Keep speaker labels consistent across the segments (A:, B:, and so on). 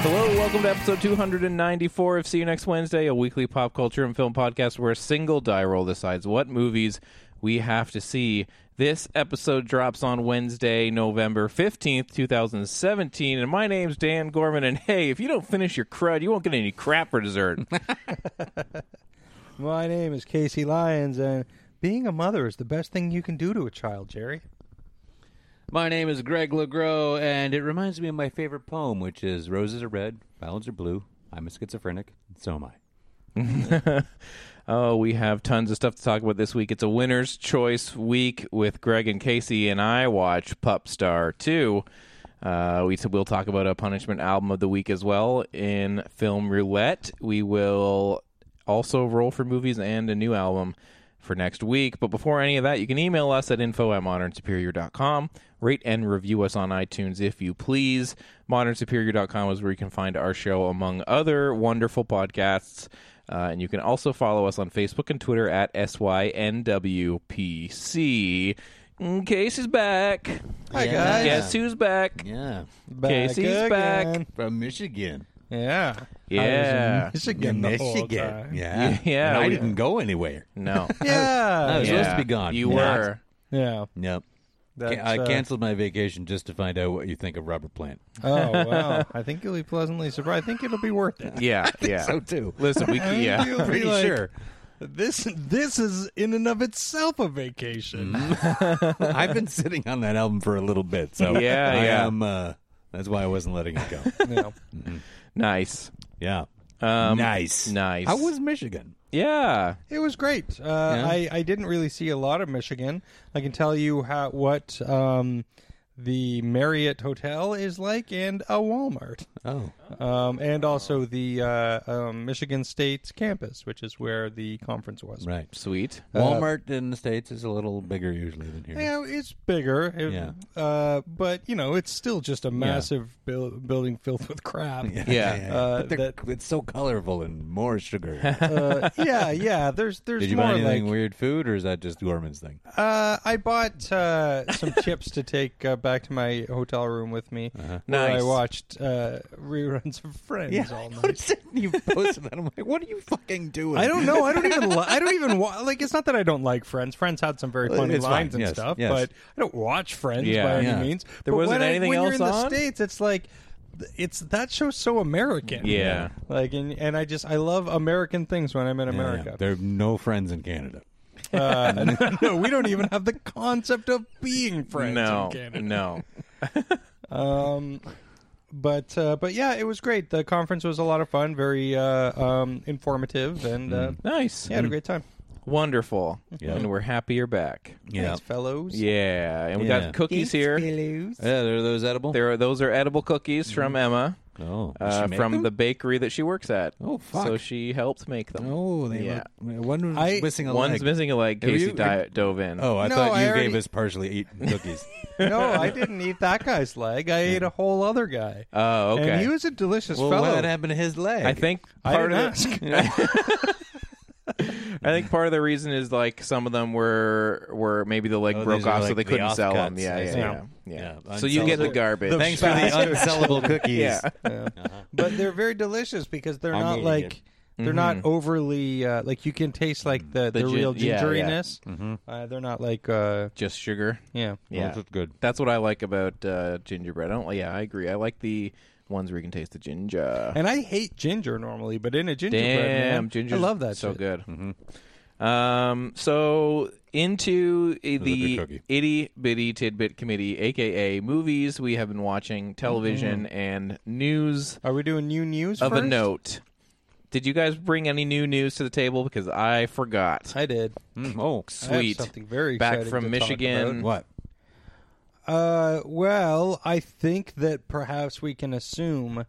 A: Hello, welcome to episode 294 of See You Next Wednesday, a weekly pop culture and film podcast where a single die roll decides what movies we have to see. This episode drops on Wednesday, November 15th, 2017, and my name's Dan Gorman. And hey, if you don't finish your crud, you won't get any crap for dessert.
B: My name is Casey Lyons, and being a mother is the best thing you can do to a child, Jerry.
C: My name is Greg LeGros, and it reminds me of my favorite poem, which is Roses are red, violets are blue. I'm a schizophrenic, and so am I.
A: Oh, we have tons of stuff to talk about this week. It's a winner's choice week with Greg and Casey, and I watch Pup Star 2. Uh, we will talk about a punishment album of the week as well in Film Roulette. We will also roll for movies and a new album for next week. But before any of that, you can email us at info at modernsuperior.com. Rate and review us on iTunes if you please. Modernsuperior.com is where you can find our show among other wonderful podcasts. Uh, and you can also follow us on Facebook and Twitter at SYNWPC. Mm, Casey's back.
B: Hi,
C: Yeah.
B: guys.
A: Guess who's back?
C: Yeah,
B: Back
A: Casey's
B: again.
C: from Michigan.
B: Yeah. I
A: Yeah.
B: was in Michigan the whole time.
C: Yeah,
A: Yeah,
C: And I
A: we-
C: didn't go anywhere.
A: No.
B: Yeah.
C: I was
A: Yeah.
C: supposed to be gone.
A: You
C: Not.
A: were.
B: yeah.
C: Yep. Ca-
B: That's,
C: I
B: uh,
C: canceled my vacation just to find out what you think of Robert Plant.
B: oh, wow. I think you'll be pleasantly surprised. I think it'll be worth it.
A: Yeah. Yeah.
C: So too.
A: Listen, we
B: I think
A: yeah.
B: you'll be
C: Pretty
B: like,
C: sure.
B: This this is in and of itself a vacation.
C: I've been sitting on that album for a little bit, so
A: Yeah,
C: I
A: yeah.
C: am. Uh, that's why I wasn't letting it go.
B: Yeah.
A: Nice.
C: yeah.
A: Um,
C: nice.
A: nice.
C: How was Michigan?
A: Yeah.
B: It was great. Uh,
C: Yeah?
B: I, I didn't really see a lot of Michigan. I can tell you how what um, the Marriott Hotel is like and a Walmart.
C: Oh,
B: um, and also the uh, um, Michigan State campus, which is where the conference was.
C: right.
A: Sweet.
C: Uh, Walmart in the states is a little bigger usually than here.
B: Yeah, it's bigger, It-
C: Yeah.
B: uh, but you know, it's still just a massive buil- building filled with crap.
A: Yeah.
B: Uh,
C: but they're- it's so colorful and more sugar.
B: Uh, yeah, yeah. There's, there's
C: Did you
B: more
C: buy anything
B: like.
C: weird food, or is that just Gorman's thing?
B: Uh, I bought uh, some chips to take uh, back to my hotel room with me.
C: Uh-huh.
B: where
A: Nice.
B: I watched uh, reruns of Friends all night.
C: you posted that. I'm like, what are you fucking doing?
B: I don't know. I don't even. Li- I don't even wa- like. It's not that I don't like Friends. Friends had some very
C: Well,
B: funny
C: it's fine.
B: lines and
C: Yes,
B: stuff,
C: yes.
B: but I don't watch Friends
A: Yeah.
B: by
C: Yeah.
B: any means.
A: There
B: But
A: wasn't
B: when I-
A: anything
B: when
A: else
B: you're in
A: on?
B: the states. It's like th- it's that show's so American.
A: Yeah.
B: Like and and I just I love American things when I'm in America.
C: There are no friends in Canada.
B: Uh, no, we don't even have the concept of being friends
A: no.
B: in Canada.
A: No.
B: Um, but uh, but yeah, it was great. The conference was a lot of fun, very uh, um, informative, and uh,
A: Nice.
B: yeah, I had a great time.
A: Wonderful.
C: Yeah.
A: And we're happy you're back.
C: Yeah.
B: Thanks, fellows.
A: Yeah. And we
C: Yeah.
A: got cookies here.
C: Yeah, there are those edible.
A: There are those are edible cookies from Emma
C: oh, Did she
A: uh,
C: make
A: from
C: them?
A: the bakery that she works at.
C: Oh, fuck.
A: So she helped make them.
C: Oh, they
A: Yeah.
C: look- one was
B: I-
C: missing a
A: One's
C: leg.
A: missing a leg.
C: Have
A: Casey
C: you-
A: di- dove in.
C: Oh, I
B: No,
C: thought
B: I
C: you
B: already-
C: gave us partially eaten cookies.
B: no, I didn't eat that guy's leg. I ate a whole other guy.
A: Oh, okay.
B: And he was a delicious
C: well,
B: fellow.
C: what happened to his leg?
A: I think
B: I
A: part
B: didn't
A: of the-
B: ask.
A: I I think part of the reason is like some of them were were maybe the leg
D: Oh,
A: broke
D: these are,
A: off, so
D: like,
A: they
D: the
A: couldn't sell
D: offcuts.
A: them. Yeah,
D: I
A: yeah,
D: see.
A: yeah.
D: Yeah.
A: yeah. So you get the
D: Unsellable.
A: garbage.
D: Thanks for the unsellable cookies.
A: yeah.
B: but they're very delicious because they're
D: I'm
B: not
D: eating
B: like
D: it.
B: they're not overly uh, like you can taste like the
A: Mm-hmm.
B: the,
A: The gi-
B: real
A: yeah, yeah.
B: gingeriness. Uh, they're not like uh,
A: Just sugar.
B: yeah.
A: Yeah,
D: that's good.
A: That's what I like about uh, gingerbread. I don't. Yeah, I agree. I like the ones where you can taste the ginger.
B: And I hate ginger normally, but in a gingerbread
A: Damn,
B: man,
A: ginger.
B: I love that.
A: So
B: shit.
A: good.
D: Mm-hmm.
A: Um, so into i- the
D: cookie.
A: itty bitty tidbit committee, aka movies we have been watching, television,
D: Mm-hmm.
A: and news
B: Are we doing new news
A: of a
B: first?
A: note. Did you guys bring any new news to the table? Because I forgot.
B: I did.
D: oh,
B: I have
A: Mm, Sweet.
B: something very
A: Back
B: exciting
A: from
B: to talk
A: Michigan.
B: about.
D: what?
B: Uh, well, I think that perhaps we can assume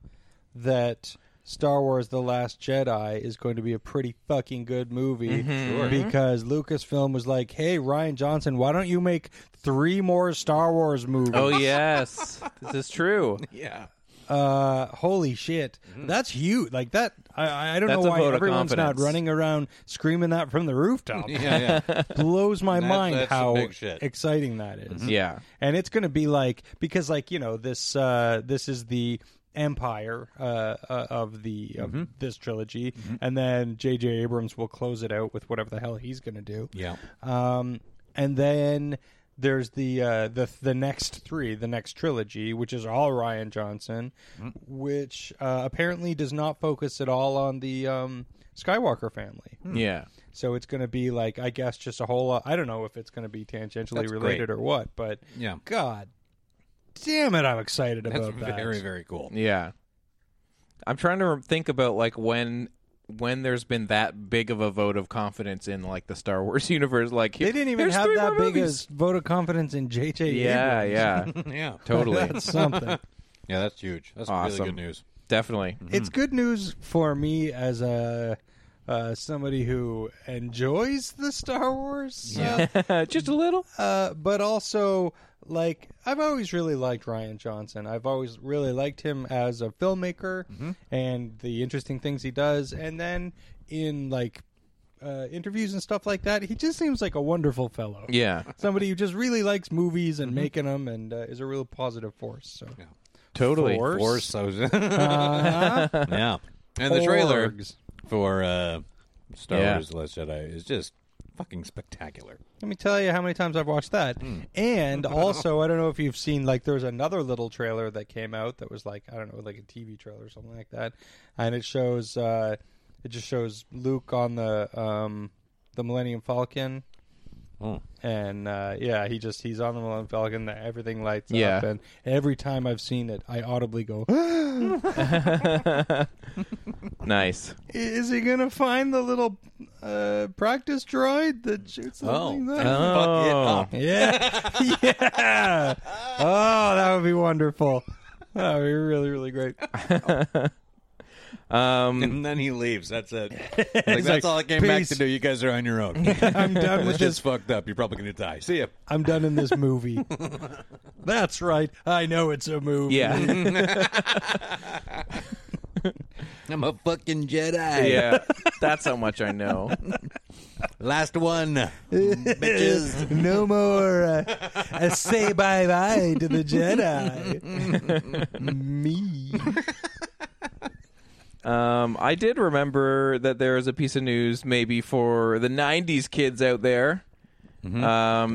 B: that Star Wars: The Last Jedi is going to be a pretty fucking good movie
A: Mm-hmm.
B: because Lucasfilm was like, "Hey, Ryan Johnson, why don't you make three more Star Wars movies?"
A: Oh yes, this is true.
D: Yeah.
B: Uh, holy shit, that's huge! Like that, I, I don't
A: Mm-hmm. That's
B: know
A: a
B: why
A: vote of
B: everyone's not
A: confidence.
B: running around screaming that from the rooftop.
D: Yeah, yeah.
B: Blows my
D: That-
B: mind
D: that's some
B: how
D: big shit.
B: exciting that is.
A: Yeah.
B: and it's going to be like because like you know this uh this is the empire uh, uh of the of this trilogy and then jj abrams will close it out with whatever the hell he's going to do
D: yeah.
B: um and then there's the uh the the next three the next trilogy which is all ryan johnson which uh apparently does not focus at all on the um skywalker family
A: Yeah.
B: so it's going to be like I guess just a whole lot. I don't know if it's going to be tangentially related or what, but
D: Yeah.
B: God damn it, I'm excited about that.
D: Very, very cool.
A: Yeah. I'm trying to think about like when when there's been that big of a vote of confidence in like the Star Wars universe. Like
B: they didn't even
A: "There's
B: have
A: three
B: that
A: more
B: big
A: movies."
B: a vote of confidence in JJ.
A: Yeah,
B: Abrams.
A: yeah,
D: Yeah.
A: totally,
B: That's something.
D: Yeah, that's huge. That's
A: Awesome.
D: really good news.
A: definitely.
B: it's good news for me as a uh, somebody who enjoys the Star Wars, uh,
A: Just a little.
B: uh, but also like I've always really liked Ryan Johnson. I've always really liked him as a filmmaker and the interesting things he does. And then in like uh, interviews and stuff like that, he just seems like a wonderful fellow.
A: Yeah,
B: Somebody who just really likes movies and making 'em making them, and uh, is a real positive force. So
A: totally.
B: Force?
D: Or so. yeah. And the trailer
B: Orgs.
D: for uh, Star
A: Yeah.
D: Wars The Last Jedi is just fucking spectacular.
B: Let me tell you how many times I've watched that.
D: Hmm.
B: And also, I don't know if you've seen like there's another little trailer that came out that was like I don't know like a TV trailer or something like that, and it shows uh, it just shows Luke on the um, the Millennium Falcon.
D: Oh.
B: And uh, yeah, he just he's on the Millennium Falcon. and Everything lights
A: Yeah.
B: up, and every time I've seen it, I audibly go,
A: Nice.
B: "Is he gonna find the little uh, practice droid that shoots the
D: Oh.
B: thing
D: Fuck
B: there?"
D: it
A: Oh.
D: up.
B: Yeah. yeah. Oh, that would be wonderful. That would be really, really great.
A: Um,
D: And then he leaves. That's it. Like, that's all I came back
B: "Peace."
D: to do. You guys are on your own.
B: I'm done
D: this
B: with
D: shit's
B: this.
D: fucked up. You're probably going to die. See ya.
B: I'm done in this movie. That's right. I know it's a movie.
A: yeah,
D: I'm a fucking Jedi.
A: yeah. That's how much I know.
D: Last one. Bitches.
B: no more uh, a say bye bye to the Jedi. Me.
A: Um, I did remember that there is a piece of news maybe for the '90s kids out there. Um,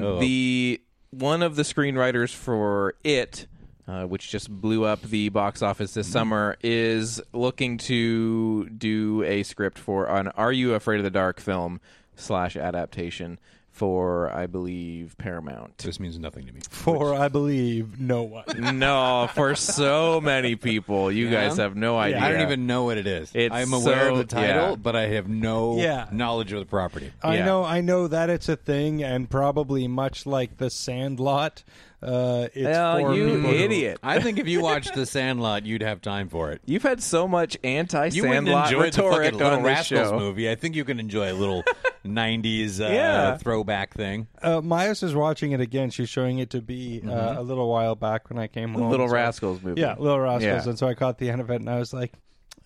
D: Oh.
A: The one of the screenwriters for It, uh, which just blew up the box office
D: Mm-hmm.
A: this summer, is looking to do a script for an "Are You Afraid of the Dark" film slash adaptation for, I believe, Paramount.
D: This means nothing to me.
B: For, I believe, no one.
A: no, for so many people, you guys have no idea.
D: I don't even know what it is.
A: It's
D: I'm aware
A: so-
D: of the title,
A: yeah.
D: but I have no
B: Yeah.
D: knowledge of the property.
B: I
A: Yeah.
B: know, I know that it's a thing, and probably much like the Sandlot, uh, it's
A: Oh,
B: for
A: you
B: people who-
A: idiot!
D: I think if you watched The Sandlot, you'd have time for it.
A: You've had so much
D: You wouldn't
A: anti-Sandlot
D: enjoy the
A: rhetoric
D: fucking Little
A: on this
D: Rascals
A: show.
D: movie. I think you can enjoy a little '90s uh,
A: Yeah.
D: throwback thing.
B: Uh, Myos is watching it again. She's showing it to be uh, a little while back when I came home.
A: Mm-hmm. Little
B: So-
A: Rascals movie.
B: Yeah, Little Rascals.
A: Yeah.
B: And so I caught the end of it, and I was like,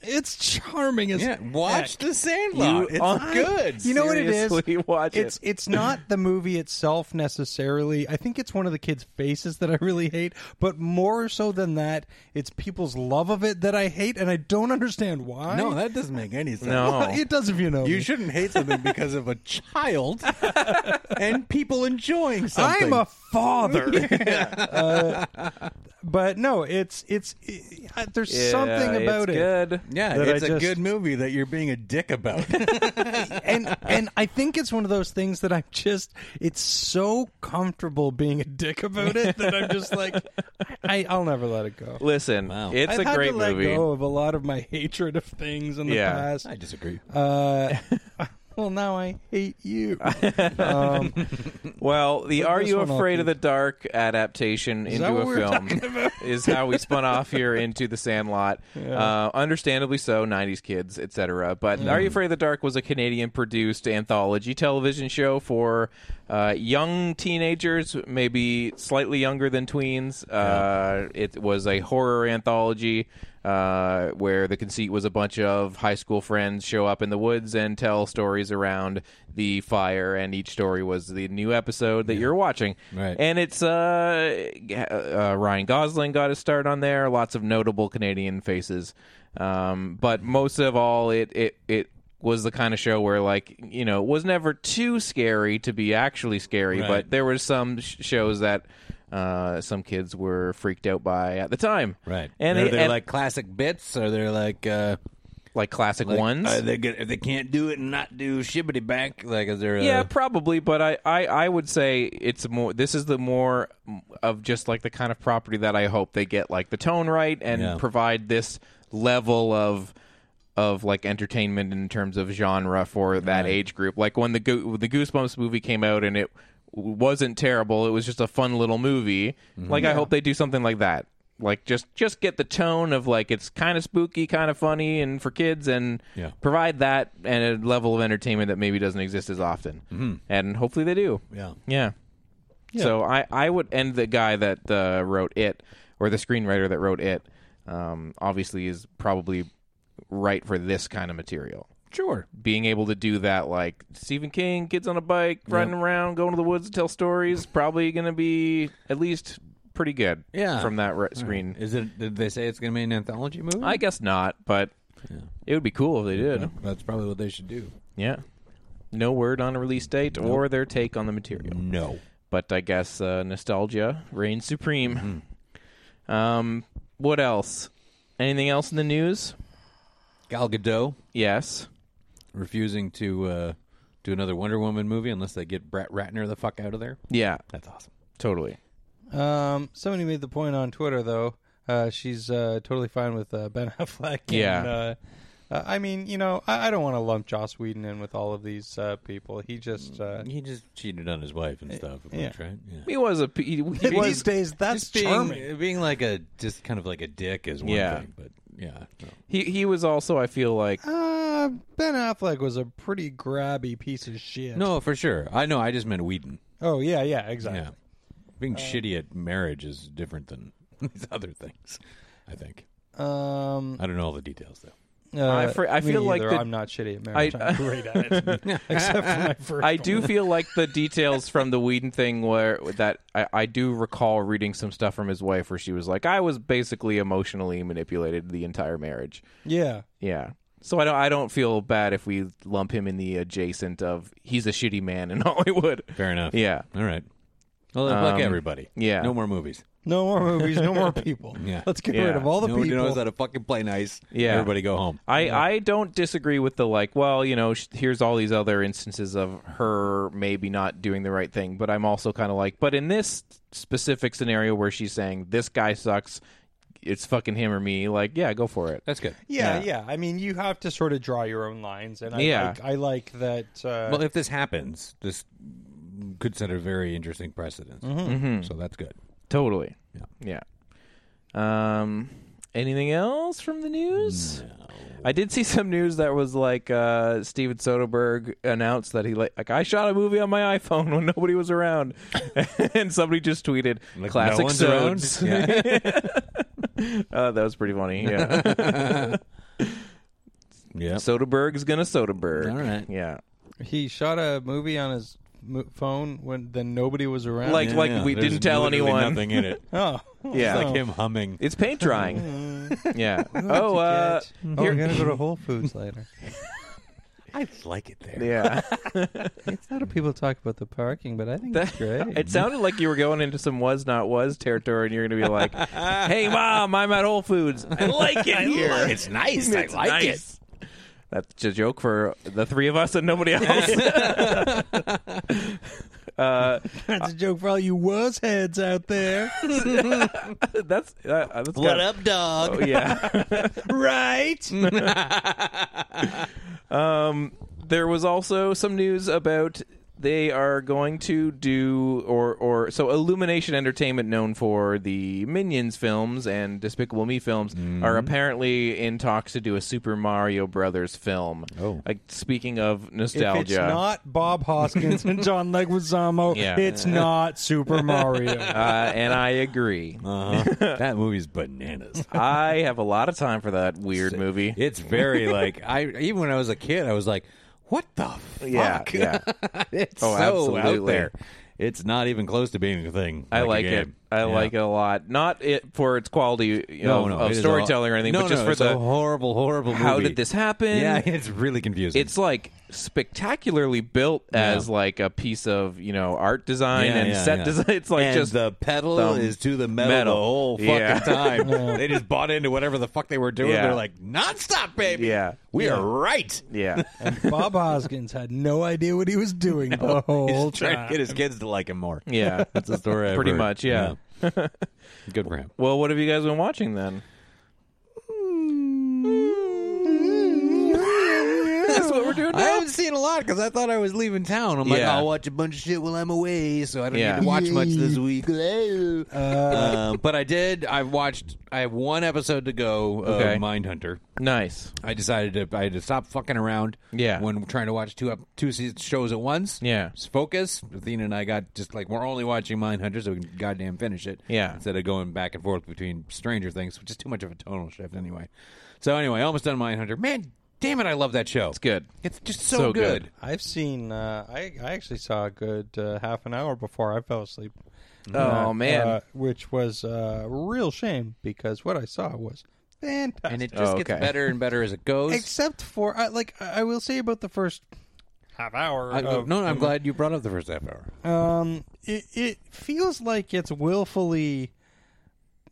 B: It's charming as
A: Yeah, watch
B: heck.
A: The Sandlot. it's Oh, good.
B: You know what it is?
A: Seriously, Watch
B: it's
A: it.
B: it's not the movie itself necessarily. I think it's one of the kids' faces that I really hate, but more so than that, it's people's love of it that I hate, and I don't understand why.
C: No, that doesn't make any sense.
A: No.
B: it does if you know.
C: You
B: me.
C: shouldn't hate something because of a child and people enjoying something.
B: I'm a father. Uh, but no, it's it's uh, there's
A: Yeah,
B: something about
A: it's
B: it.
A: Good.
C: yeah,
B: that I
C: it's a
B: just-
C: good movie that you're being a dick about.
B: and and I think it's one of those things that I'm just it's so comfortable being a dick about it that I'm just like I, I'll never let it go.
A: Listen, it's
B: I've
A: a
B: had
A: great
B: to let
A: movie.
B: go of a lot of my hatred of things in the
A: Yeah.
B: past.
C: I disagree.
B: Uh, well, now I hate you. Um,
A: Well, the
B: Put
A: Are
B: this
A: You
B: one off,
A: Afraid
B: dude.
A: of the Dark adaptation
B: that
A: into
B: what
A: a
B: we were talking
A: film is how we spun off here into The Sandlot. Uh, understandably so, 90s kids, etc. But Are You Afraid of the Dark was a Canadian produced anthology television show for uh, young teenagers, maybe slightly younger than tweens. Uh, It was a horror anthology. Uh, where the conceit was a bunch of high school friends show up in the woods and tell stories around the fire, and each story was the new episode that you're watching.
C: Right.
A: And it's uh, uh, Ryan Gosling got his start on there. Lots of notable Canadian faces, um, but most of all, it it it was the kind of show where like you know it was never too scary to be actually scary, but there were some sh- shows that. Uh, some kids were freaked out by at the time,
C: Right.
A: And
C: are
A: they,
C: they
A: and-
C: like classic bits? Are they like uh,
A: like classic
C: like, uh,
A: ones.
C: Are they good, if they can't do it and not do shibbity back, like is there? A,
A: yeah, probably, but I, I, I would say it's more. This is the more of just like the kind of property that I hope they get like the tone right and
C: Yeah.
A: provide this level of of like entertainment in terms of genre for that age group. Like when the Goo the Goosebumps movie came out and it wasn't terrible, it was just a fun little movie.
C: Mm-hmm.
A: Like I hope they do something like that. Like just just get the tone of like it's kind of spooky, kind of funny, and for kids, and
C: Yeah.
A: provide that and a level of entertainment that maybe doesn't exist as often. And hopefully they do.
C: Mm-hmm. Yeah.
A: Yeah. So I, I would and the guy that uh, wrote it or the screenwriter that wrote it um, obviously is probably right for this kind of material.
C: sure.
A: Being able to do that like Stephen King, kids on a bike, riding around, going to the woods to tell stories, probably going to be at least pretty good
C: Yeah.
A: from that re- screen.
C: Is it? Did they say it's going to be an anthology movie?
A: I guess not, but it would be cool if they did.
C: That's probably what they should do.
A: Yeah. No word on a release date or their take on the material.
C: No.
A: But I guess uh, nostalgia reigns supreme.
B: Mm-hmm.
A: Um, what else? Anything else in the news?
C: Gal Gadot
A: Yes.
C: refusing to uh, do another Wonder Woman movie unless they get Brett Ratner the fuck out of there.
A: Yeah,
C: That's awesome.
A: totally.
B: um, somebody made the point on Twitter though. Uh, she's uh, totally fine with uh, Ben Affleck. And,
A: Yeah.
B: Uh, uh, I mean, you know, I, I don't want to lump Joss Whedon in with all of these uh, people. He just uh,
A: Mm,
C: He just cheated on his wife and stuff. a bunch, right? Eh, Yeah.
A: He was a. He, he
B: these
A: was,
B: days that's
C: Just being
B: charming.
C: being like a just kind of like a dick is one
A: Yeah.
C: thing, but yeah, no.
A: he, he was also, I feel like.
B: Uh, ben Affleck was a pretty grabby piece of shit.
C: no, for sure. I know. I just meant Whedon.
B: Oh yeah, yeah, exactly.
C: Yeah, being shitty at marriage is different than these other things. I think
B: Um,
C: I don't know all the details though.
B: uh,
A: I fr- I
B: me
A: feel like
B: either.
A: the-
B: I'm not shitty at marriage.
A: I-
B: I, am great at it, except for my first.
A: I do feel like the details from the Whedon thing where that I, I do recall reading some stuff from his wife where she was like, I was basically emotionally manipulated the entire marriage.
B: Yeah,
A: Yeah. So I don't I don't feel bad if we lump him in the adjacent of he's a shitty man in Hollywood.
C: Fair enough.
A: Yeah.
C: All right. Well, then fuck
A: Um,
C: everybody.
A: yeah.
C: No more movies.
B: no more movies, no more people.
C: Yeah.
B: let's get
A: Yeah.
B: rid of all the
C: Nobody
B: people.
C: knows how to fucking play nice.
A: Yeah.
C: Everybody go home.
A: I, I don't disagree with the like well you know sh- here's all these other instances of her maybe not doing the right thing but i'm also kind of like but in this specific scenario where she's saying this guy sucks it's fucking him or me like yeah go for it
C: That's good.
B: yeah, yeah, I mean, you have to sort of draw your own lines, and I
A: Yeah.
B: like, I like that. Uh,
C: Well, if this happens, this could set a very interesting precedent.
A: Mm-hmm.
C: So that's good.
A: totally yeah yeah um anything else from the news I did see some news that was like uh, Steven Soderbergh announced that he like, like I shot a movie on my iPhone when nobody was around, and somebody just tweeted
C: Like,
A: classic
C: no one's around?
A: Sodes." uh, that was pretty funny. Yeah.
C: Yeah.
A: Soderbergh's gonna Soderbergh.
C: All right.
A: Yeah.
B: He shot a movie on his mo- phone when then nobody was around.
A: Like like we
C: There's
A: didn't tell
C: literally
A: anyone.
C: Nothing in it.
B: oh,
A: Yeah.
C: It's like him humming.
A: It's paint drying. yeah. Oh, uh,
B: oh,
A: here-
B: we gotta go to Whole Foods later.
C: I like it there.
A: yeah.
B: It's not of people talk about the parking, but I think that's great.
A: It sounded like you were going into some was not was territory, and you're going to be like, "Hey, mom, I'm at Whole Foods. I like it here. it's nice. I like it." That's a joke for the three of us and nobody else.
B: That's a joke for all you was heads out there.
A: that's uh, uh, that's
C: What
A: got-
C: up, dog?
A: Oh, yeah.
C: Mm-hmm.
B: right?
A: there was also some news about they are going to do or or so Illumination Entertainment known for the Minions films and Despicable Me films are apparently in talks to do a Super Mario Brothers film.
C: Oh.
A: Like speaking of
B: If
A: nostalgia.
B: it's not Bob Hoskins and John Leguizamo,
A: Yeah.
B: it's not Super Mario.
A: uh, and I agree.
C: Uh-huh. that movie's bananas.
A: I have a lot of time for that weird movie.
C: It's very like I even when I was a kid, I was like, "What the fuck?"
A: yeah, yeah.
C: it's
A: Oh,
C: so out
A: absolutely.
C: there. It's not even close to being a thing.
A: I
C: a
A: like it.
C: game.
A: I
C: Yeah.
A: like it a lot. Not it for its quality you know,
C: it
A: of
C: is
A: storytelling
C: all-
A: or anything,
C: No,
A: but just
C: no,
A: for
C: it's
A: the
C: a horrible, horrible.
A: how
C: movie.
A: did this happen?
C: Yeah, it's really confusing.
A: it's like spectacularly built as like a piece of you know art design
C: Yeah,
A: and
C: yeah,
A: set
C: yeah.
A: design. It's like
C: And
A: just
C: the pedal
A: thumb
C: is to the metal,
A: metal.
C: the whole fucking
A: Yeah.
C: time. they just bought into whatever the fuck they were doing.
A: Yeah.
C: They're like, "Nonstop, baby.
A: Yeah.
C: we are right."
A: yeah,
B: Bob Hoskins had no idea what he was doing the whole
C: He's trying
B: time.
C: to get his kids to like him more.
A: yeah.
C: That's the story. I've
A: Pretty
C: heard.
A: much, yeah.
C: Yeah. Good for him.
A: well, what have you guys been watching then? That's what we're doing
C: I
A: now.
C: haven't seen a lot because I thought I was leaving town. I'm like,
A: Yeah.
C: I'll watch a bunch of shit while I'm away, so I don't
A: Yeah.
C: need to watch much this week. Uh, but I did. I've watched. I have one episode to go of
A: Okay.
C: Mindhunter.
A: Nice.
C: I decided to. I had to stop fucking around.
A: Yeah.
C: When trying to watch two up two se- shows at once.
A: Yeah.
C: Just focus. Athena and I got just like we're only watching Mindhunter, so we can goddamn finish it.
A: Yeah.
C: Instead of going back and forth between Stranger Things, which is too much of a tonal shift anyway. So anyway, almost done Mindhunter. Man, damn it, I love that show. It's
A: good.
C: It's just so,
A: So good.
C: good.
B: I've seen. Uh, I I actually saw a good uh, half an hour before I fell asleep.
A: Oh
B: Uh,
A: man.
B: uh, which was uh, a real shame because what I saw was fantastic.
C: and it just
A: Oh, okay.
C: gets better and better as it goes.
B: except for I, like I I will say about the first half hour.
C: I-
B: of,
C: no, no,
A: uh,
C: I'm glad you brought up the first half hour.
B: um, it it feels like it's willfully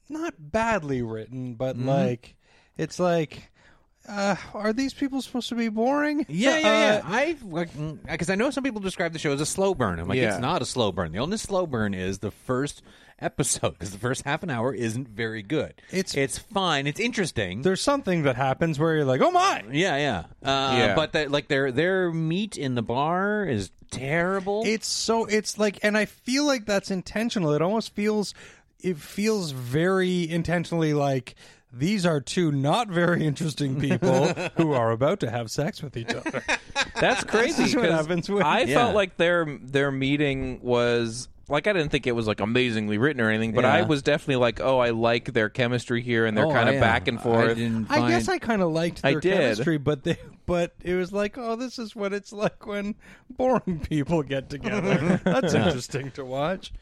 B: not badly written, but
C: Mm-hmm.
B: like it's like. Uh, are these people supposed to be boring?
C: Yeah, yeah, yeah.
B: Uh,
C: I because I know some people describe the show as a slow burn. I'm like,
A: Yeah.
C: it's not a slow burn. The only slow burn is the first episode because the first half an hour isn't very good.
B: It's-
C: it's fine. It's interesting.
B: there's something that happens where you're like, "Oh my!"
C: Yeah, yeah. Uh,
A: Yeah.
C: But that like their their meat in the bar is terrible.
B: It's so it's like, and I feel like that's intentional. It almost feels, it feels very intentionally like these are two not very interesting people who are about to have sex with each other.
A: That's crazy.
B: This is what
A: 'cause
B: happens when-
A: I
C: Yeah.
A: felt like their their meeting was like I didn't think it was like amazingly written or anything, but I
C: Yeah.
A: was definitely like, oh, I like their chemistry here, and they're
C: Oh,
A: kind of
C: yeah.
A: back and
C: I,
A: forth.
C: didn't
B: I
C: find-
B: guess I kind of liked
A: I
B: their
A: did.
B: chemistry, but they, but it was like, oh, this is what it's like when boring people get together. That's interesting to watch.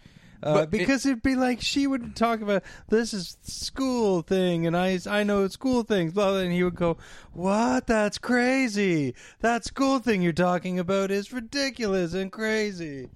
B: Uh, because it, would be like she would talk about this is school thing and I I know school things blah, blah and he would go what that's crazy that school thing you're talking about is ridiculous and crazy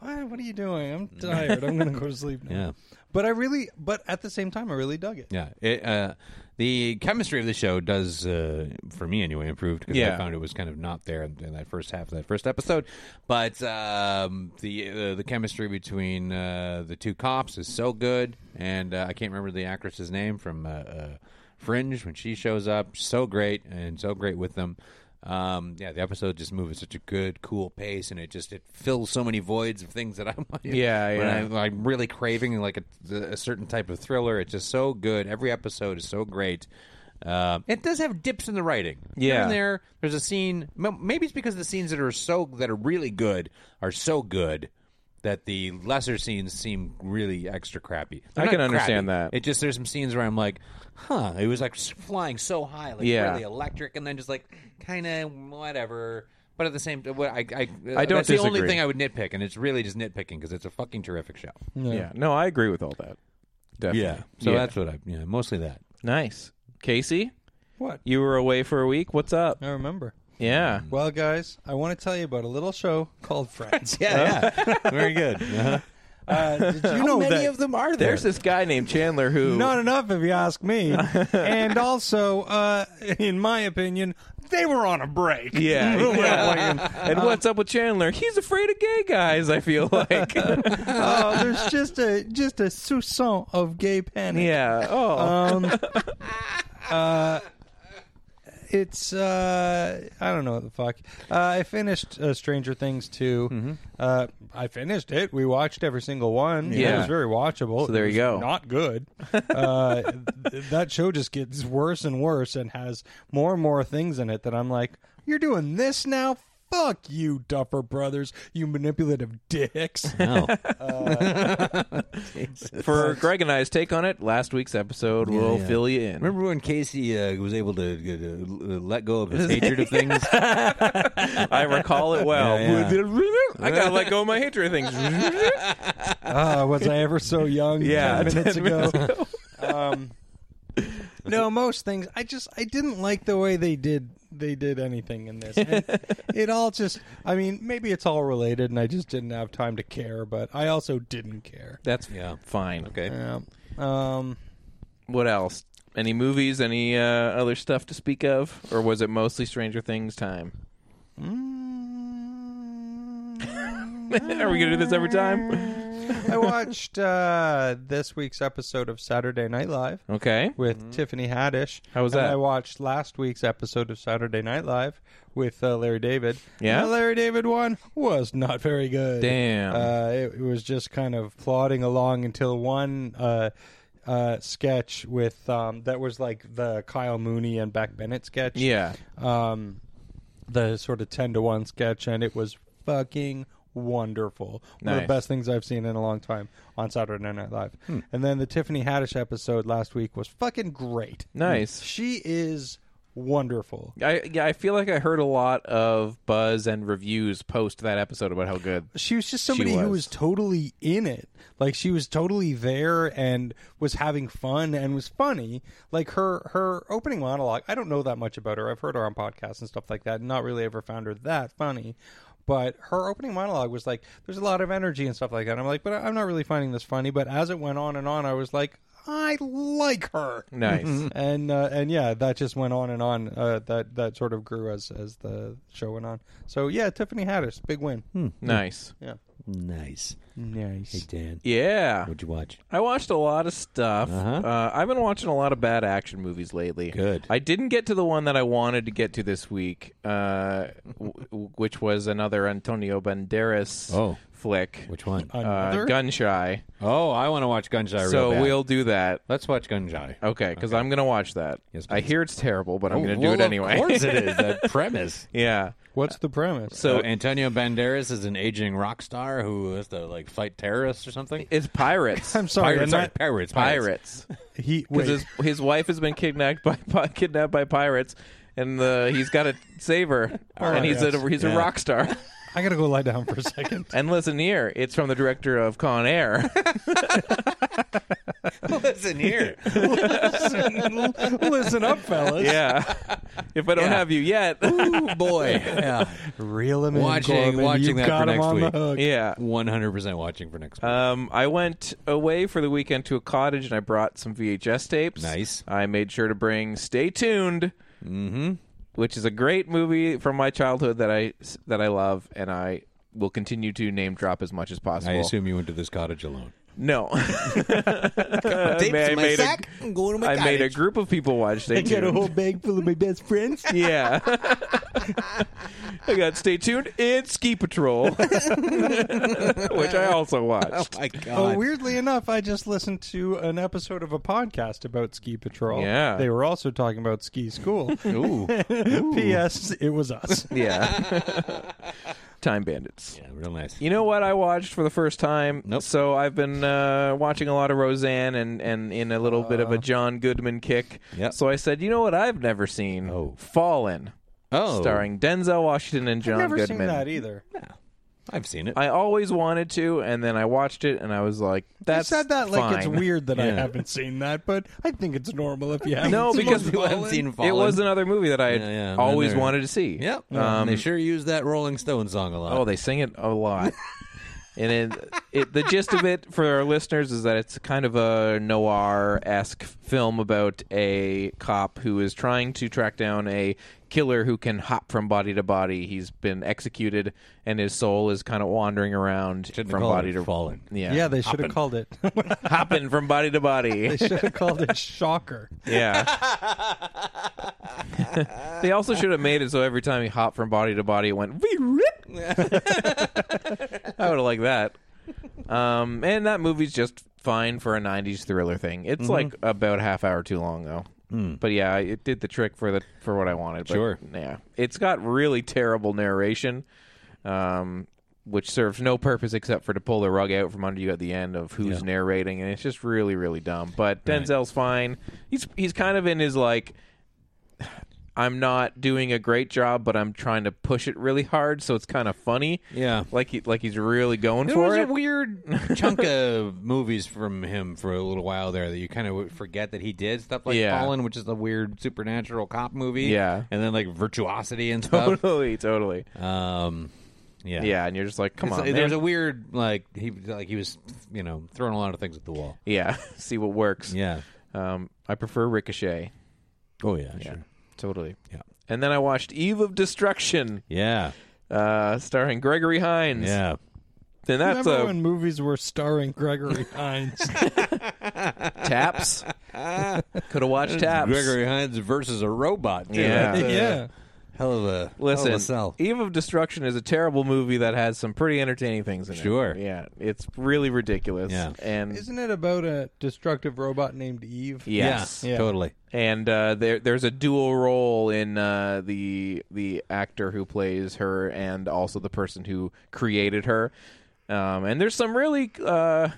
B: what what are you doing I'm tired I'm gonna go to sleep now
C: Yeah.
B: but I really but at the same time I really dug it
C: Yeah, it, uh, the chemistry of the show does, uh, for me anyway, improved because
A: Yeah.
C: I found it was kind of not there in, in that first half of that first episode. But um, the uh, the chemistry between uh, the two cops is so good, and uh, I can't remember the actress's name from uh, uh, Fringe when she shows up. So great and so great with them. Um, yeah, the episode just moves at such a good, cool pace, and it just it fills so many voids of things that I'm like,
A: Yeah,
C: when
A: yeah.
C: I I'm really craving like a, a certain type of thriller. It's just so good. Every episode is so great. Um it does have dips in the writing. Here
A: Yeah.
C: and there. There's a scene. m- Maybe it's because the scenes that are so that are really good are so good that the lesser scenes seem really extra crappy.
A: I
C: not
A: can understand
C: crappy.
A: that.
C: It just there's some scenes where I'm like, huh, it was like s- flying so high, like
A: Yeah.
C: really electric, and then just like kind of whatever. But at the same, what I I,
A: I don't
C: That's the only
A: disagree.
C: thing I would nitpick, and it's really just nitpicking because it's a fucking terrific show.
A: Yeah. No, I agree with all that. Definitely.
C: So
A: Yeah.
C: that's what I yeah mostly that.
A: nice. Casey,
B: What?
A: you were away for a week. What's up?
B: I remember.
A: Yeah.
B: Well, guys, I want to tell you about a little show called Friends.
C: Yeah, yeah. very good. Uh-huh.
B: uh, did you
C: How
B: know
C: many
B: that
C: of them are there?
A: There's this guy named Chandler who
B: Not enough, if you ask me. and also, uh, in my opinion, they were on a break.
A: Yeah. and what's up with Chandler? He's afraid of gay guys, I feel like.
B: Oh, there's just a just a soupçon of gay panic.
A: yeah. Oh.
B: Um, uh, it's uh, I don't know what the fuck. Uh, I finished uh, Stranger Things 2
A: Mm-hmm.
B: Uh, I finished it. We watched every single one. it
A: Yeah.
B: was very watchable.
A: So there
B: It
A: you go.
B: was Not good. Uh, th- that show just gets worse and worse and has more and more things in it that I'm like, you're doing this now. Fuck you, Duffer Brothers, you manipulative dicks.
A: For Greg and I's take on it, last week's episode will
C: yeah.
A: fill you in.
C: Remember when Casey uh, was able to uh, l- let go of his hatred of things?
A: I recall it well.
C: Yeah,
A: I gotta let go of my hatred of things.
B: Ah, was I ever so young?
A: Yeah,
B: 10 minutes
A: 10
B: ago. um, no, most things. I just I didn't like the way they did they did anything in this. And it all just. I mean, maybe it's all related, and I just didn't have time to care. But I also didn't care.
A: That's fine.
C: Okay.
B: Yeah. Um.
A: What else? Any movies? Any uh, other stuff to speak of? Or was it mostly Stranger Things time? Are we gonna do this every time?
B: Mm. I watched uh, this week's episode of Saturday Night Live.
A: Okay.
B: with Tiffany Haddish.
A: Mm-hmm. How was
B: and
A: that?
B: I watched last week's episode of Saturday Night Live with uh, Larry David.
A: Yeah?
B: the Larry David one was not very good.
A: Damn.
B: uh, it, it was just kind of plodding along until one. Uh, uh, sketch with um, that was like the Kyle Mooney and Beck Bennett sketch.
A: Yeah.
B: um, the sort of ten to one sketch, and it was fucking wonderful. One of the
A: Nice. Hmm.
B: best things I've seen in a long time on Saturday Night Live. And then the Tiffany Haddish episode last week was fucking great.
A: Nice.
B: She is wonderful.
A: I yeah, I feel like I heard a lot of buzz and reviews post that episode about how good.
B: She was just somebody who
A: was.
B: was totally in it. Like she was totally there and was having fun and was funny. Like her her opening monologue. I don't know that much about her. I've heard her on podcasts and stuff like that. Not really ever found her that funny. But her opening monologue was like, "There's a lot of energy and stuff like that." And I'm like, "But I'm not really finding this funny." But as it went on and on, I was like, "I like her."
A: Nice.
B: and uh, and yeah, that just went on and on. Uh, that that sort of grew as as the show went on. So yeah, Tiffany Haddish, big win.
A: nice.
B: Yeah.
C: Nice.
B: Nice.
C: Dan,
A: Yeah.
C: what'd you watch?
A: I watched a lot of stuff. uh I've been watching a lot of bad action movies lately.
C: Uh-huh. Good.
A: I didn't get to the one that I wanted to get to this week, uh, w- w- which was another Antonio Banderas
C: Oh.
A: flick.
C: Which one?
A: Uh, Gunshy.
C: oh, I want to watch Gunshot.
A: so
C: real bad.
A: we'll do that.
C: let's watch Gunshot.
A: Okay, because I'm going to watch that.
C: Yes,
A: I
C: please.
A: hear it's terrible, but I'm going to
C: Oh, Well,
A: do it anyway.
C: Of course it is. The premise.
A: yeah.
B: What's the premise?
A: So
C: So Antonio Banderas is an aging rock star who has to like fight terrorists or something.
A: it's pirates.
B: I'm sorry,
C: pirates,
B: I'm
C: sorry,
B: not,
C: pirates, pirates.
A: pirates.
B: he wait,
A: Because his, his wife has been kidnapped by, by kidnapped by pirates, and uh he's got to save her. and he's
B: yes.
A: a he's a rock star.
B: I gotta go lie down for a second.
A: And listen here, it's from the director of Con Air.
C: Listen here.
B: listen, listen up, fellas.
A: yeah. If I don't have you yet.
C: Ooh, boy. Yeah.
B: Reel him in,
C: Watching-
B: Corbin.
C: watching
B: You've
C: that
B: got
C: for
B: him
C: next
B: on
C: week.
B: the hook.
A: yeah.
C: 100% watching for next week.
A: Um, I went away for the weekend to a cottage and I brought some VHS tapes.
C: Nice.
A: I made sure to bring Stay Tuned, mm-hmm. which is a great movie from my childhood that I that I love and I will continue to name drop as much as
C: I
A: possible.
C: assume you went to this cottage alone.
A: No. I, made, I made a, I made a group of people watch Stay Tuned.
B: bag full of my best friends.
A: Yeah. I got Stay Tuned and Ski Patrol, which I also watched.
C: My God.
B: Oh, weirdly enough, I just listened to an episode of a podcast about Ski Patrol.
A: Yeah.
B: They were also talking about ski school. Ooh. P.S. It was us.
A: Yeah. Time Bandits.
C: Yeah, real nice.
A: You know what I watched for the first time?
C: Nope.
A: So I've been uh, watching a lot of Roseanne and, and in a little bit of a John Goodman kick.
C: Uh. Yep.
A: So I said, you know what I've never seen?
C: Oh.
A: Fallen.
C: Oh,
A: Starring Denzel Washington and John
B: I've never
A: Goodman.
B: seen that either.
C: I've seen it.
A: I always wanted to, and then I watched it and I was like,
B: You
A: that's
B: said that like it's
A: fine.
B: weird that I
C: Yeah.
B: haven't seen that, but I think it's normal if you haven't.
A: No,
B: seen
A: because
B: it.
C: people haven't seen Fallen.
A: It was another movie that I had
C: Yeah, yeah, and
A: always
C: they're-
A: wanted to see.
C: Yep.
A: Um,
C: they sure use that Rolling Stone song a lot.
A: Oh, they sing it a lot. and it, it, the gist of it for our listeners is that it's kind of a noir esque film about a cop who is trying to track down a killer who can hop from body to body. He's been executed, and his soul is kind of wandering around
C: Shouldn't
A: from
C: call
A: body
C: it
A: to
C: Fallen.
A: Yeah,
B: Yeah, they should have called it.
A: hopping from body to body.
B: they should have called it Shocker.
A: Yeah. they also should have made it so every time he hopped from body to body, it went. "Wee-rip." I would have liked that. Um, and that movie's just fine for a '90s thriller thing. It's like about a half hour too long though. But yeah, it did the trick for the for what I wanted. But
C: Sure.
A: Yeah, it's got really terrible narration. Um. Which serves no purpose except for to pull the rug out from under you at the end of who's narrating, and it's just really, really dumb. But Denzel's fine. He's he's kind of in his like I'm not doing a great job, but I'm trying to push it really hard, so it's kind of funny.
C: Yeah.
A: like he like he's really going
C: There
A: for
C: was
A: it.
C: a weird chunk of movies from him for a little while there that you kind of forget that he did stuff like
A: Yeah.
C: Fallen, which is the weird supernatural cop movie.
A: Yeah.
C: and then like Virtuosity and stuff.
A: totally, totally.
C: um, yeah,
A: yeah, and you're just like, come
C: It's
A: on,
C: like-
A: man.
C: there was a weird like he like he was you know throwing a lot of things at the wall.
A: yeah, see what works.
C: Yeah.
A: Um, I prefer Ricochet.
C: Oh yeah.
A: Yeah, totally.
C: Yeah.
A: And then I watched Eve of Destruction,
C: Yeah.
A: uh, starring Gregory Hines.
C: Yeah.
A: and that's
B: Remember
A: a
B: when movies were starring Gregory Hines?
A: Taps. Could have watched Taps.
C: Gregory Hines versus a robot. Too.
A: Yeah.
C: That's a
B: yeah.
C: Hell of a Hell of a
A: Listen, e-
C: sell.
A: Eve of Destruction is a terrible movie that has some pretty entertaining things in
C: Sure.
A: it. Yeah, it's really ridiculous.
C: Yeah.
A: and
B: Isn't it about a destructive robot named Eve?
A: yes,
B: Yeah.
C: Totally.
A: and uh, there there's a dual role in uh, the the actor who plays her and also the person who created her. Um, and there's some really uh,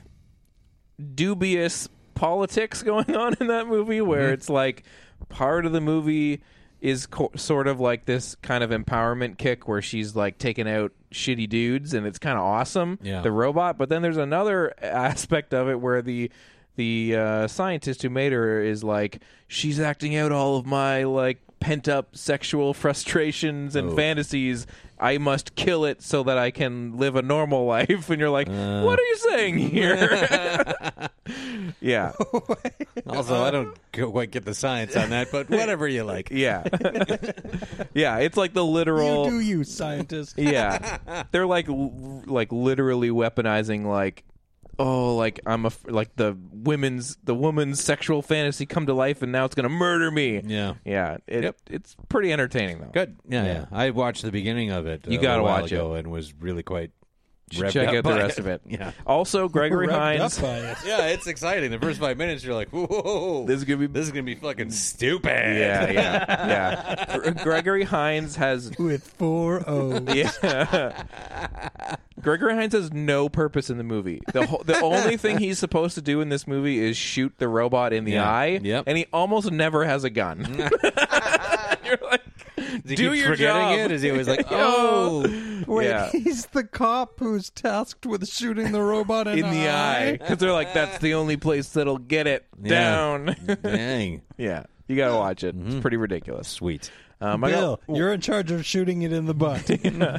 A: dubious politics going on in that movie where it's like part of the movie is co- sort of like this kind of empowerment kick where she's like taking out shitty dudes and it's kind of awesome
C: Yeah.
A: the robot but then there's another aspect of it where the the uh, scientist who made her is like she's acting out all of my like pent up sexual frustrations and fantasies i must kill it so that i can live a normal life and you're like what are you saying here yeah.
C: Also, I don't go- quite get the science on that, but whatever you like.
A: Yeah. yeah, it's like the
B: You
A: literal
B: do you, scientist.
A: Yeah. They're like l- like literally weaponizing like oh like I'm a f- like the women's the woman's sexual fantasy come to life and now it's going to murder me.
C: Yeah.
A: Yeah. It,
C: Yep.
A: it's pretty entertaining though.
C: Good. Yeah, yeah. I watched the beginning of it.
A: You
C: uh,
A: gotta
C: a while
A: watch
C: ago and was really quite.
A: Should
C: revved
A: check
C: up
A: out the
C: by
A: rest of it.
C: Yeah.
A: Also Gregory
B: Wrapped
A: Hines
B: up uh, by it.
C: Yeah, it's exciting. The first five minutes, you're like, "Whoa,
A: This is gonna be-
C: this is gonna be fucking stupid."
A: yeah, yeah, yeah. Gr- Gregory Hines has
B: With four O's.
A: Yeah. Gregory Hines has no purpose in the movie. The ho- the only thing he's supposed to do in this movie is shoot the robot in the
C: Yeah.
A: eye,
C: Yep.
A: and he almost never has a gun. You're like,
C: Does he
A: do
C: keep
A: your
C: forgetting
A: job.
C: it? Is he always like, "Oh,
B: Wait,
A: Yeah.
B: he's the cop who's tasked with shooting the robot in,
A: in the eye because they're like, that's the only place that'll get it down.
C: dang,
A: yeah, you gotta watch it. It's pretty ridiculous.
C: sweet."
A: Um, I got-
B: Bill, you're in charge of shooting it in the butt.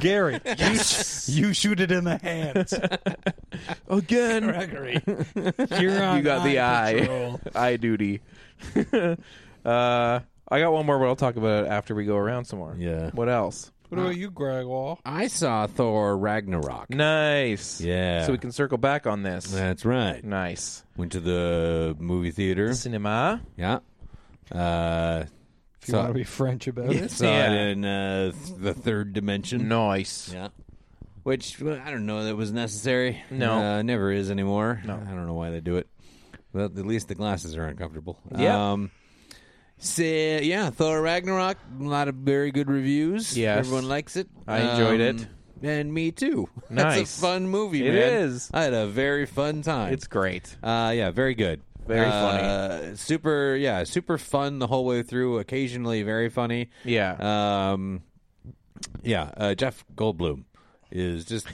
B: Gary, you, sh- you shoot it in the hands.
A: again,
B: Gregory, you're on
A: you got the
B: eye
A: eye
B: patrol.
A: eye duty. uh, I got one more, but I'll talk about it after we go around some more.
C: Yeah.
A: What else?
B: What about you, Gregor?
C: I saw Thor Ragnarok.
A: Nice.
C: Yeah.
A: So we can circle back on this.
C: That's right.
A: Nice.
C: Went to the movie theater.
A: Cinema.
C: Yeah. Uh,
B: If you want to be French about it.
C: saw
A: Yeah.
C: it in uh, th- the third dimension.
A: Nice.
C: Yeah. Which well, I don't know that was necessary.
A: No.
C: uh, never is anymore. No, I don't know why they do it. Well, at least the glasses are uncomfortable.
A: Yeah.
C: Um, so, yeah, Thor Ragnarok. A lot of very good reviews.
A: Yes.
C: everyone likes it. Um,
A: I enjoyed it.
C: and me too. That's
A: Nice.
C: a fun movie.
A: It
C: man.
A: is.
C: I had a very fun time.
A: It's great.
C: Uh, yeah, very good.
A: Very
C: funny. Super, yeah, super fun the whole way through. Occasionally very funny.
A: Yeah.
C: Um, yeah, uh, Jeff Goldblum is just,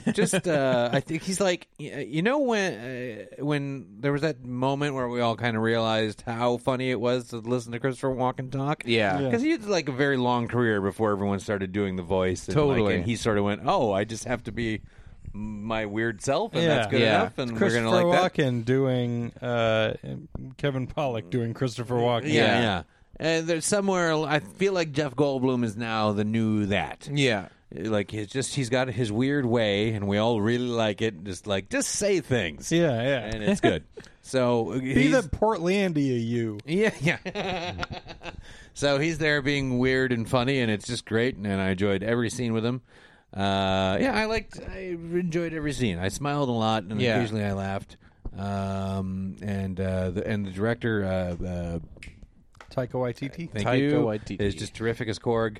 C: just. uh, I think he's like, y- uh, you know, when uh, when there was that moment where we all kind of realized how funny it was to listen to Christopher Walken talk.
A: Yeah. Yeah.
C: because he had like a very long career before everyone started doing the voice. And like,
A: Totally.
C: and he sort of went, "Oh, I just have to be." My weird self, and
B: Yeah.
C: that's good
A: Yeah.
C: enough, and we're
B: Christopher
C: gonna like that. Mm.
B: Walken doing uh, Kevin Pollock doing Christopher Walken.
C: Yeah, yeah. And there's somewhere I feel like Jeff Goldblum is now the new that.
A: Yeah.
C: Like he's just he's got his weird way, and we all really like it. Just like just say things.
B: Yeah, yeah.
C: and it's good. so
B: Be the Portlandia you.
C: yeah yeah. so he's there being weird and funny, and it's just great. And I enjoyed every scene with him. Uh, yeah, I liked. I enjoyed every scene. I smiled a lot, and
A: Yeah.
C: occasionally I laughed. Um, and uh, the and the director uh, uh,
B: Taika Waititi.
C: Thank
A: Taika
C: you.
A: Waititi.
C: It's just terrific as Korg.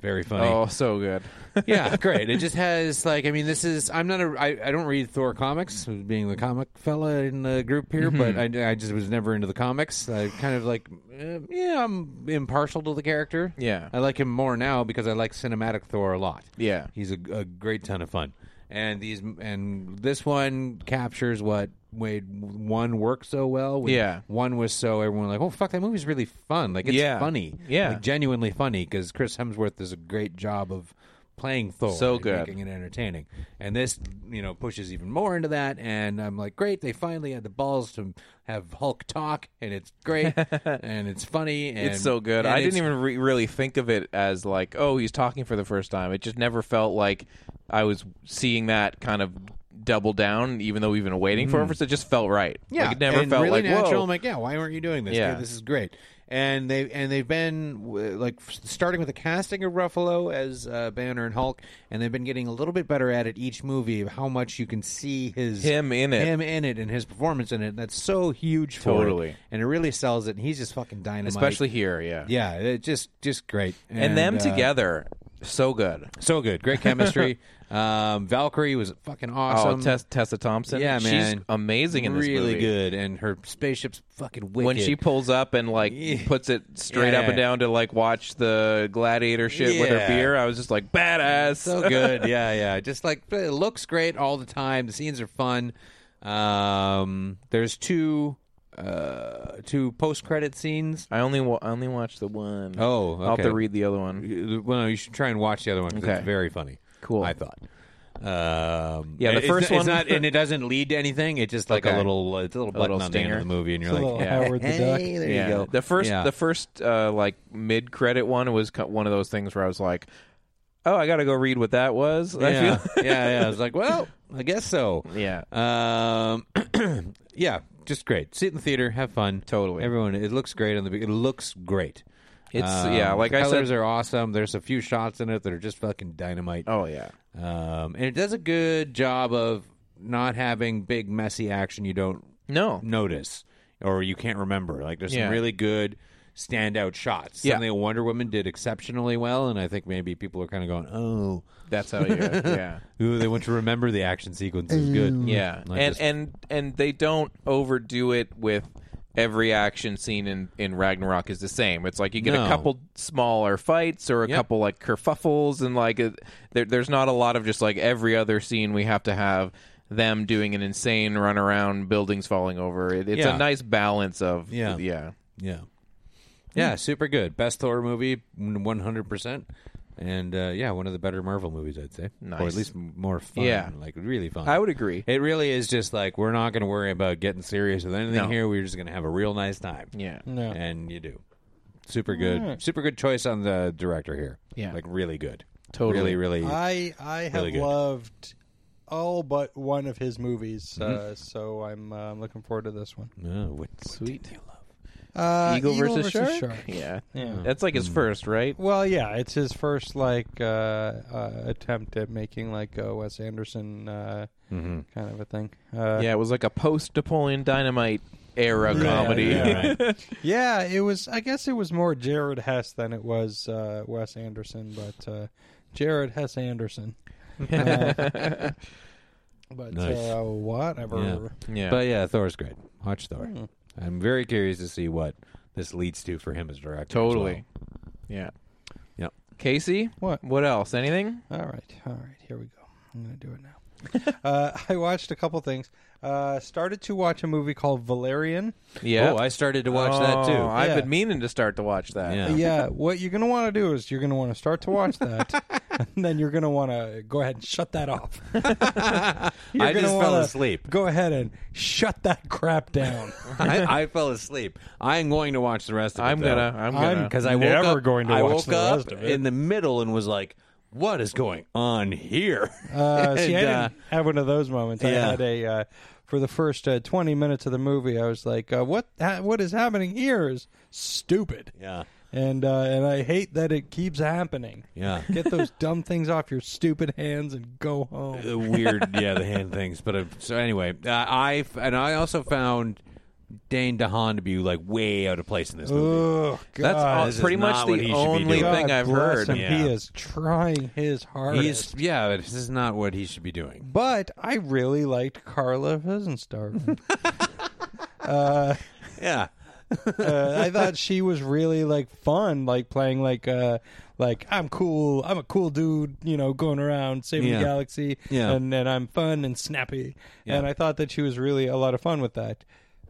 C: Very funny.
A: Oh, so good.
C: yeah, great. It just has like I mean, this is I'm not a I, I don't read Thor comics, being the comic fella in the group here,
A: Mm-hmm.
C: but I, I just was never into the comics. I kind of like eh, yeah, I'm impartial to the character.
A: Yeah.
C: I like him more now because I like cinematic Thor a lot.
A: Yeah.
C: he's a, a great ton of fun. And these and this one captures what made one work so well. When
A: Yeah.
C: one was so everyone was like, oh fuck, that movie's really fun. Like it's
A: Yeah.
C: funny,
A: Yeah.
C: like, genuinely funny because Chris Hemsworth does a great job of playing Thor,
A: So
C: and
A: good.
C: making it entertaining. And this, you know, pushes even more into that. And I'm like, great, they finally had the balls to have Hulk talk, and it's great, and it's funny. And,
A: it's so good.
C: and
A: I didn't
C: it's-
A: even re- really think of it as like, oh, he's talking for the first time. It just never felt like I was seeing that kind of double down, even though we've been waiting for it. for- So it just felt right.
C: Mm. Yeah,
A: like, it never
C: and
A: felt
C: really
A: like
C: natural.
A: whoa.
C: I'm like, yeah, why weren't you doing this?
A: Yeah.
C: Yeah, this is great. And they and they've been w- like f- starting with the casting of Ruffalo as uh, Banner and Hulk, and they've been getting a little bit better at it each movie. Of how much you can see his
A: Him in it.
C: him in it, and his performance in it. That's so huge for it.
A: Totally.
C: and it really sells it. And he's just fucking dynamite,
A: especially here. Yeah,
C: yeah, it just just great.
A: and, them
C: uh,
A: together, so good.
C: so good, great chemistry. um, Valkyrie was fucking awesome.
A: Oh, Tess, Tessa Thompson.
C: yeah, man,
A: she's amazing in this
C: really
A: movie.
C: good, and her spaceship's fucking wicked.
A: When she pulls up and like puts it straight up
C: Yeah.
A: and down to like watch the gladiator shit with her
C: Yeah.
A: beer, I was just like badass.
C: so good. Yeah, yeah. Just like it looks great all the time. The scenes are fun. Um, there's two uh, two post credit scenes.
A: I only wa- I only watched the one.
C: Oh,
A: I'll have
C: okay.
A: to read the other one.
C: Uh, Well, you should try and watch the other one. 'cause
A: Okay.
C: It's very funny.
A: Cool.
C: I thought. Um,
A: Yeah, the
C: it's
A: first
C: not- it's
A: one-
C: not, and it doesn't lead to anything. It's just like
A: Okay.
C: a little, it's a little
A: A little
C: button on the end
A: stinger.
C: of the movie, and you're
B: It's a
C: like,
B: little
C: yeah,
B: Howard the Duck.
C: hey, there
A: yeah.
C: you go.
A: The first
C: Yeah.
A: the first uh, like mid credit one was co- one of those things where I was like, oh, I got to go read what that was. I
C: yeah,
A: feel-
C: yeah, yeah. I was like, well, I guess so.
A: Yeah.
C: Um, yeah, just great. Sit in the theater, have fun. Totally. Everyone, it looks great on the. big- It looks great. Um,
A: It's- yeah, like
C: the
A: I said-
C: colors are awesome. There's a few shots in it that are just fucking dynamite.
A: oh yeah.
C: Um, and it does a good job of not having big messy action you don't
A: No.
C: notice or you can't remember. Like there's
A: Yeah.
C: some really good standout shots.
A: Yeah.
C: Something that Wonder Woman did exceptionally well, and I think maybe people are kind of going, oh.
A: That's how you. Yeah.
C: Ooh, they want to remember the action sequences. Good.
A: Yeah,
C: Not
A: and
C: just-
A: and and they don't overdo it with every action scene in in Ragnarok is the same. It's like you get a
C: No.
A: couple smaller fights or a
C: Yep.
A: couple like kerfuffles, and like it, there, there's not a lot of just like every other scene we have to have them doing an insane run around, buildings falling over. It, it's
C: Yeah.
A: a nice balance of
C: Yeah.
A: yeah.
C: Yeah. Yeah, super good. Best Thor movie, 100%. And uh, yeah, one of the better Marvel movies, I'd say. Or
A: Nice.
C: at least m- more fun.
A: Yeah.
C: Like, really fun.
A: I would agree.
C: It really is just like, we're not going to worry about getting serious with anything
A: No.
C: here. We're just going to have a real nice time.
A: Yeah.
B: No.
C: And you do. Super good. Super good choice on the director here.
A: Yeah.
C: Like, really good.
A: Totally.
C: Really, really.
B: I I have
C: Really good.
B: loved all but one of his movies,
C: Mm-hmm.
B: uh, so I'm uh, looking forward to this one.
C: Oh, what
A: Sweet.
B: Uh,
A: Eagle, versus, shark? Yeah. That's like his
C: Hmm.
A: first, right?
B: Well, yeah, it's his first like uh, uh, attempt at making like a Wes Anderson uh,
C: Mm-hmm.
B: kind of a thing. Uh,
A: Yeah, it was like a post Napoleon Dynamite era comedy.
C: Yeah, right.
B: yeah, it was. I guess it was more Jared Hess than it was uh, Wes Anderson, but uh, Jared Hess Anderson. But
C: Nice.
B: uh, whatever.
A: Yeah. Hmm.
C: But yeah, Thor's great. Watch Thor. I'm very curious to see what this leads to for him as director. as
A: Totally. Yeah.
C: Yep.
A: Casey?
B: What?
A: What else? Anything?
B: All right, all right, here we go. I'm gonna do it now. uh, I watched a couple things. Uh, started to watch a movie called Valerian.
C: well.
A: Yeah.
C: Oh, I started to watch that
A: Oh,
C: too.
A: I've
B: Yeah.
A: been meaning to start to watch that.
C: Yeah.
B: Yeah, what you're gonna want to do is you're gonna want to start to watch that, and then you're gonna want to go ahead and shut that off. You're
C: I
B: gonna
C: just fell
B: wanna
C: asleep.
B: Go ahead and shut that crap down.
C: I, I fell asleep. I'm going to watch the rest of it.
A: I'm
C: though.
A: gonna. I'm gonna.
B: I'm-
C: because I woke
B: Never
C: up,
B: going to
C: I
B: watch
C: woke
B: the
C: up
B: rest of it.
C: in the middle and was like, "What is going on here?"
B: Uh, see, I didn't
C: And,
B: have one of those moments.
C: yeah.
B: I had a uh, for the first uh, twenty minutes of the movie, I was like, uh, "What? Ha- what is happening here is stupid."
C: Yeah.
B: and uh, and I hate that it keeps happening.
C: Yeah.
B: get those dumb things off your stupid hands and go home.
C: the weird, yeah, the hand things. But uh, so anyway, uh, I f- and I also found Dane DeHaan to be like way out of place in this movie.
B: Oh God!
A: That's all-
C: this is
A: pretty much
C: not what he
A: the
C: should be
A: only
C: doing.
B: God
A: thing I've
B: bless
A: heard.
B: Him.
C: Yeah.
B: He is trying his hardest.
C: He is, yeah, this is not what he should be doing.
B: but I really liked Carla Pheasantstone.
C: Yeah,
B: uh, I thought she was really like fun, like playing like uh like I'm cool, I'm a cool dude, you know, going around saving
C: Yeah.
B: the galaxy,
C: Yeah.
B: and and I'm fun and snappy, and I thought that she was really a lot of fun with that.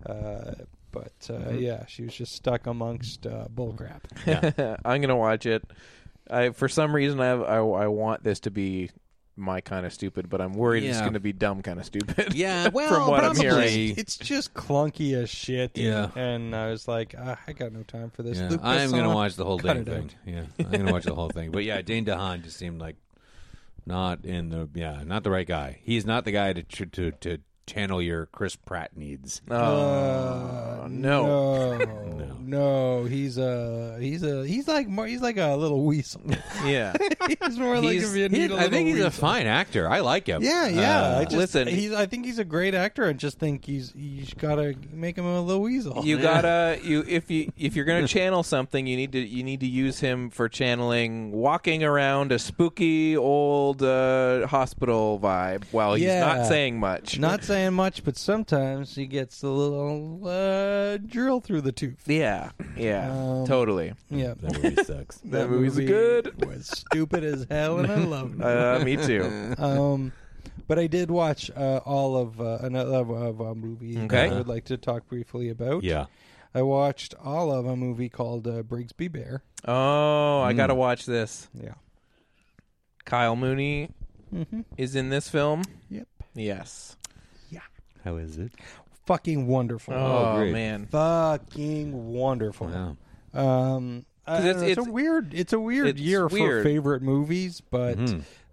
B: Uh, but uh,
C: Mm-hmm.
B: yeah, she was just stuck amongst uh, bullcrap.
A: I'm gonna watch it. I for some reason I have, I, I want this to be my kind of stupid, but I'm worried it's
C: Yeah.
A: gonna be dumb kind of stupid.
C: yeah. Well,
A: From what I'm
C: probably.
A: hearing.
B: It's just clunky as shit.
C: Yeah.
B: and I was like, ah, I got no time for this.
C: Yeah,
B: Luke
C: I am going to
B: Besson,
C: watch the whole
B: cut
C: damn
B: it out.
C: thing. Yeah, I'm going to watch the whole thing. But yeah, Dane DeHaan just seemed like not in the yeah, not the right guy. He's not the guy to tr- to to channel your Chris Pratt needs.
A: Oh
C: Oh,
A: no.
B: No, no, He's a he's a he's like more, he's like a little weasel.
A: Yeah.
B: he's more like
C: He's-
B: if you
C: he-
B: need a
C: I
B: little
C: think he's a
B: weasel.
C: fine actor. I like him.
B: Yeah, yeah.
C: Uh,
B: I just,
A: listen.
B: he's I think he's a great actor. I just think he's you just gotta make him a little weasel.
C: Oh,
A: You gotta you if you if you're gonna channel something you need to you need to use him for channeling walking around a spooky old uh, hospital vibe while he's
B: Yeah.
A: not saying much.
B: not saying much, but sometimes he gets a little uh, drill through the tooth.
A: Yeah, yeah,
B: Um,
A: totally.
B: Yeah,
C: that movie sucks.
A: That, movie's good.
B: Was stupid as hell, and I loved it.
A: Uh, me too.
B: um, but I did watch uh, all of uh, another of a movie
A: Okay.
B: that I would like to talk briefly about.
C: Yeah.
B: I watched all of a movie called uh, Brigsby Bear.
A: Oh, I gotta watch this.
B: Yeah.
A: Kyle Mooney is in this film.
B: Yep.
A: Yes.
C: How is it?
B: Fucking wonderful.
A: Oh,
C: great.
A: man,
B: Fucking wonderful.
C: Wow.
B: Um, I
A: 'Cause
B: don't
A: it's-
B: know, it's,
A: it's-
B: a weird. It's a weird
A: it's
B: year
A: weird.
B: for favorite movies, but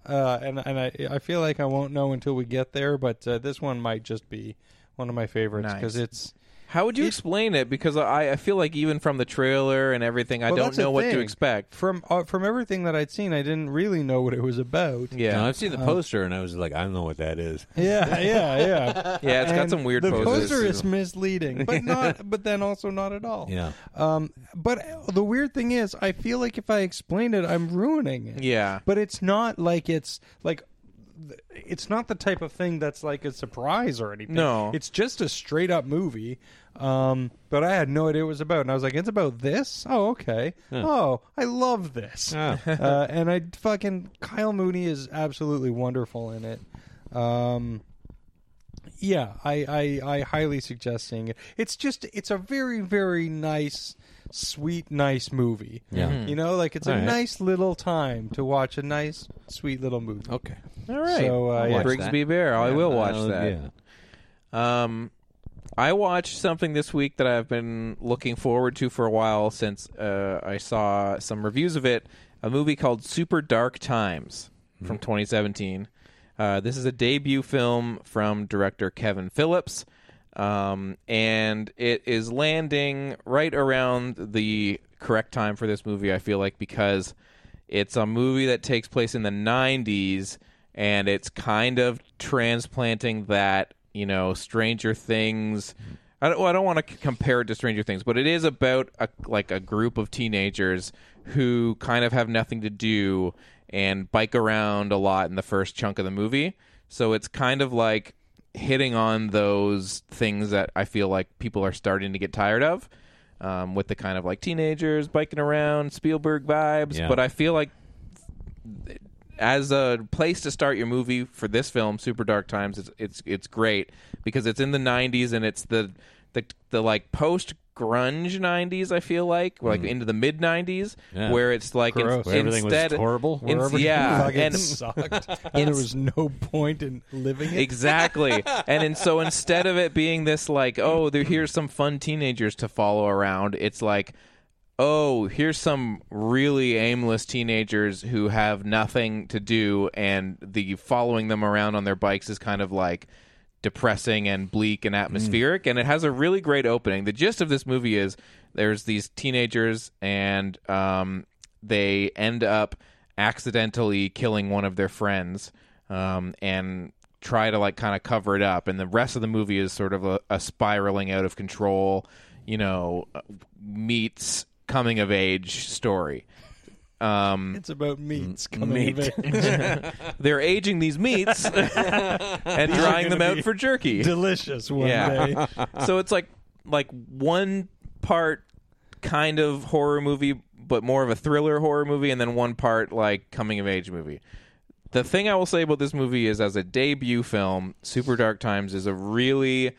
B: uh, and and I I feel like I won't know until we get there. But uh, this one might just be one of my favorites because
A: Nice.
B: it's
A: how would you explain it? Because I, I feel like even from the trailer and everything, I
B: Well,
A: don't
B: that's the
A: know what to
B: thing.
A: expect.
B: from uh, from everything that I'd seen. I didn't really know what it was about.
A: Yeah,
C: I've seen the poster and I was like, I don't know what that is.
B: Yeah, yeah, yeah.
A: yeah, it's got
B: And
A: some weird
B: the
A: poses.
B: poster is misleading, but not. But then also not at all.
C: Yeah.
B: Um. But the weird thing is, I feel like if I explain it, I'm ruining it.
A: Yeah.
B: But it's not like it's like. th- It's not the type of thing that's like a surprise or anything.
A: No.
B: it's just a straight up movie. Um, but I had no idea what it was about, and I was like, "It's about this? Oh, okay. Oh, I love this." uh, and I fucking Kyle Mooney is absolutely wonderful in it. Um, yeah, I, I I highly suggest seeing it. It's just it's a very very nice, sweet, nice movie. Yeah,
A: Mm-hmm.
B: you know, like it's a
C: right.
B: nice little time to watch a nice, sweet little movie.
C: Okay.
A: all right.
B: So, uh, yeah.
A: Brigsby Bear, I will watch
C: Uh,
A: that.
C: Yeah.
A: Um, I watched something this week that I've been looking forward to for a while since uh, I saw some reviews of it. A movie called Super Dark Times from 2017. Uh, this is a debut film from director Kevin Phillips, um, and it is landing right around the correct time for this movie. I feel like because it's a movie that takes place in the 90s and it's kind of transplanting that, you know, Stranger Things. I don't, well, I don't want to c- compare it to Stranger Things, but it is about a, like a group of teenagers who kind of have nothing to do and bike around a lot in the first chunk of the movie. So it's kind of like hitting on those things that I feel like people are starting to get tired of um, with the kind of like teenagers biking around Spielberg vibes.
C: Yeah.
A: But I feel like as a place to start your movie for this film, Super Dark Times, it's it's it's great because it's in the '90s and it's the the the like post grunge '90s. I feel like like into the mid '90s
C: Mm. Yeah.
A: where it's like in-
B: Gross.
C: Where everything was
A: instead
C: horrible?
A: in-
B: Wherever you
A: yeah,
B: fucking
A: Ah, and
B: sucked, and there was no point in living it.
A: Exactly. and in, so instead of it being this like, oh, there here's some fun teenagers to follow around, it's like, oh, here's some really aimless teenagers who have nothing to do and the following them around on their bikes is kind of like depressing and bleak and atmospheric and it has a really great opening. The gist of this movie is there's these teenagers and um they end up accidentally killing one of their friends um, and try to like kind of cover it up and the rest of the movie is sort of a, a spiraling out of control you know uh, meets coming of age story um,
B: It's about meats coming
C: meat.
B: of age.
A: they're aging these meats and drying them
B: gonna
A: out
B: be
A: for jerky
B: Delicious one
A: Yeah.
B: day.
A: so it's like like one part kind of horror movie but more of a thriller horror movie and then one part like coming of age movie the thing i will say about this movie is as a debut film super dark times is a really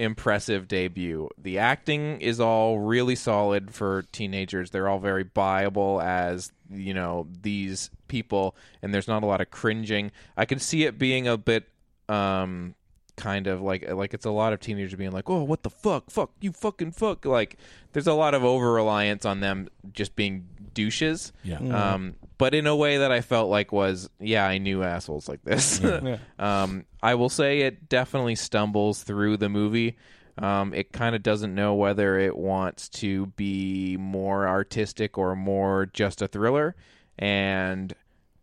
A: impressive debut the acting is all really solid for teenagers they're all very viable as you know these people and there's not a lot of cringing i could see it being a bit um kind of like like it's a lot of teenagers being like, "Oh, what the fuck? Fuck you, fucking fuck!" Like there's a lot of over reliance on them just being douches.
C: Yeah.
A: Um, but in a way that I felt like was, yeah, I knew assholes like this. um, I will say it definitely stumbles through the movie. Um, it kind of doesn't know whether it wants to be more artistic or more just a thriller, and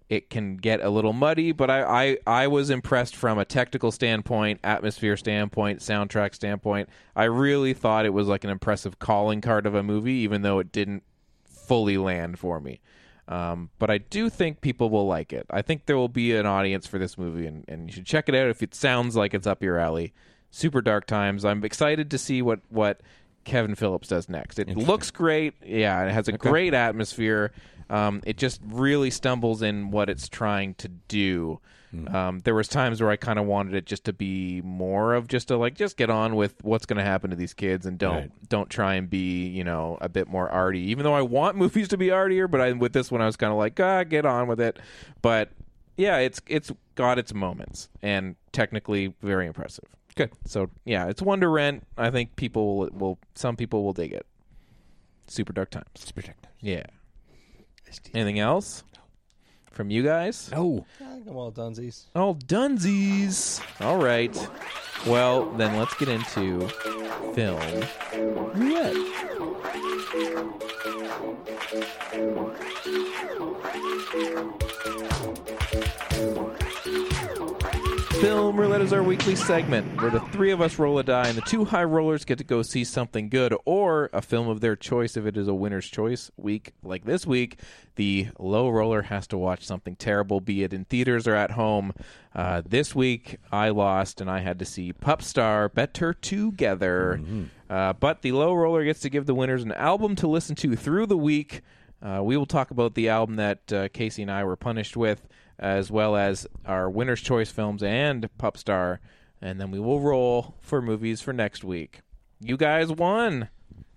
A: it can get a little muddy, but I, I, I was impressed from a technical standpoint, atmosphere standpoint, soundtrack standpoint. I really thought it was like an impressive calling card of a movie, even though it didn't fully land for me. Um, but I do think people will like it. I think there will be an audience for this movie, and, and you should check it out if it sounds like it's up your alley. Super dark times. I'm excited to see what, what Kevin Phillips does next. It looks great. Yeah, it has a great atmosphere. Um, it just really stumbles in what it's trying to do. Um, there was times where I kind of wanted it just to be more of just to like just get on with what's going to happen to these kids and don't don't try and be you know a bit more arty. Even though I want movies to be artier, but I with this one I was kind of like ah get on with it. But yeah, it's it's got its moments and technically very impressive. Good. So yeah, it's one to rent. I think people will, will some people will dig it. Super dark times. Super dark times. Yeah. Anything else from you guys?
C: Oh,
B: I think I'm all dunsies.
A: Oh, dunsies. All right. Well, then let's get into film. roulette. Film Roulette is our weekly segment where the three of us roll a die and the two high rollers get to go see something good or a film of their choice if it is a winner's choice week like this week. The low roller has to watch something terrible, be it in theaters or at home. Uh, this week I lost and I had to see Pup Star Better Together. Uh, but the low roller gets to give the winners an album to listen to through the week. Uh, we will talk about the album that uh, Casey and I were punished with, as well as our winner's choice films and Pup Star, and then we will roll for movies for next week. You guys won.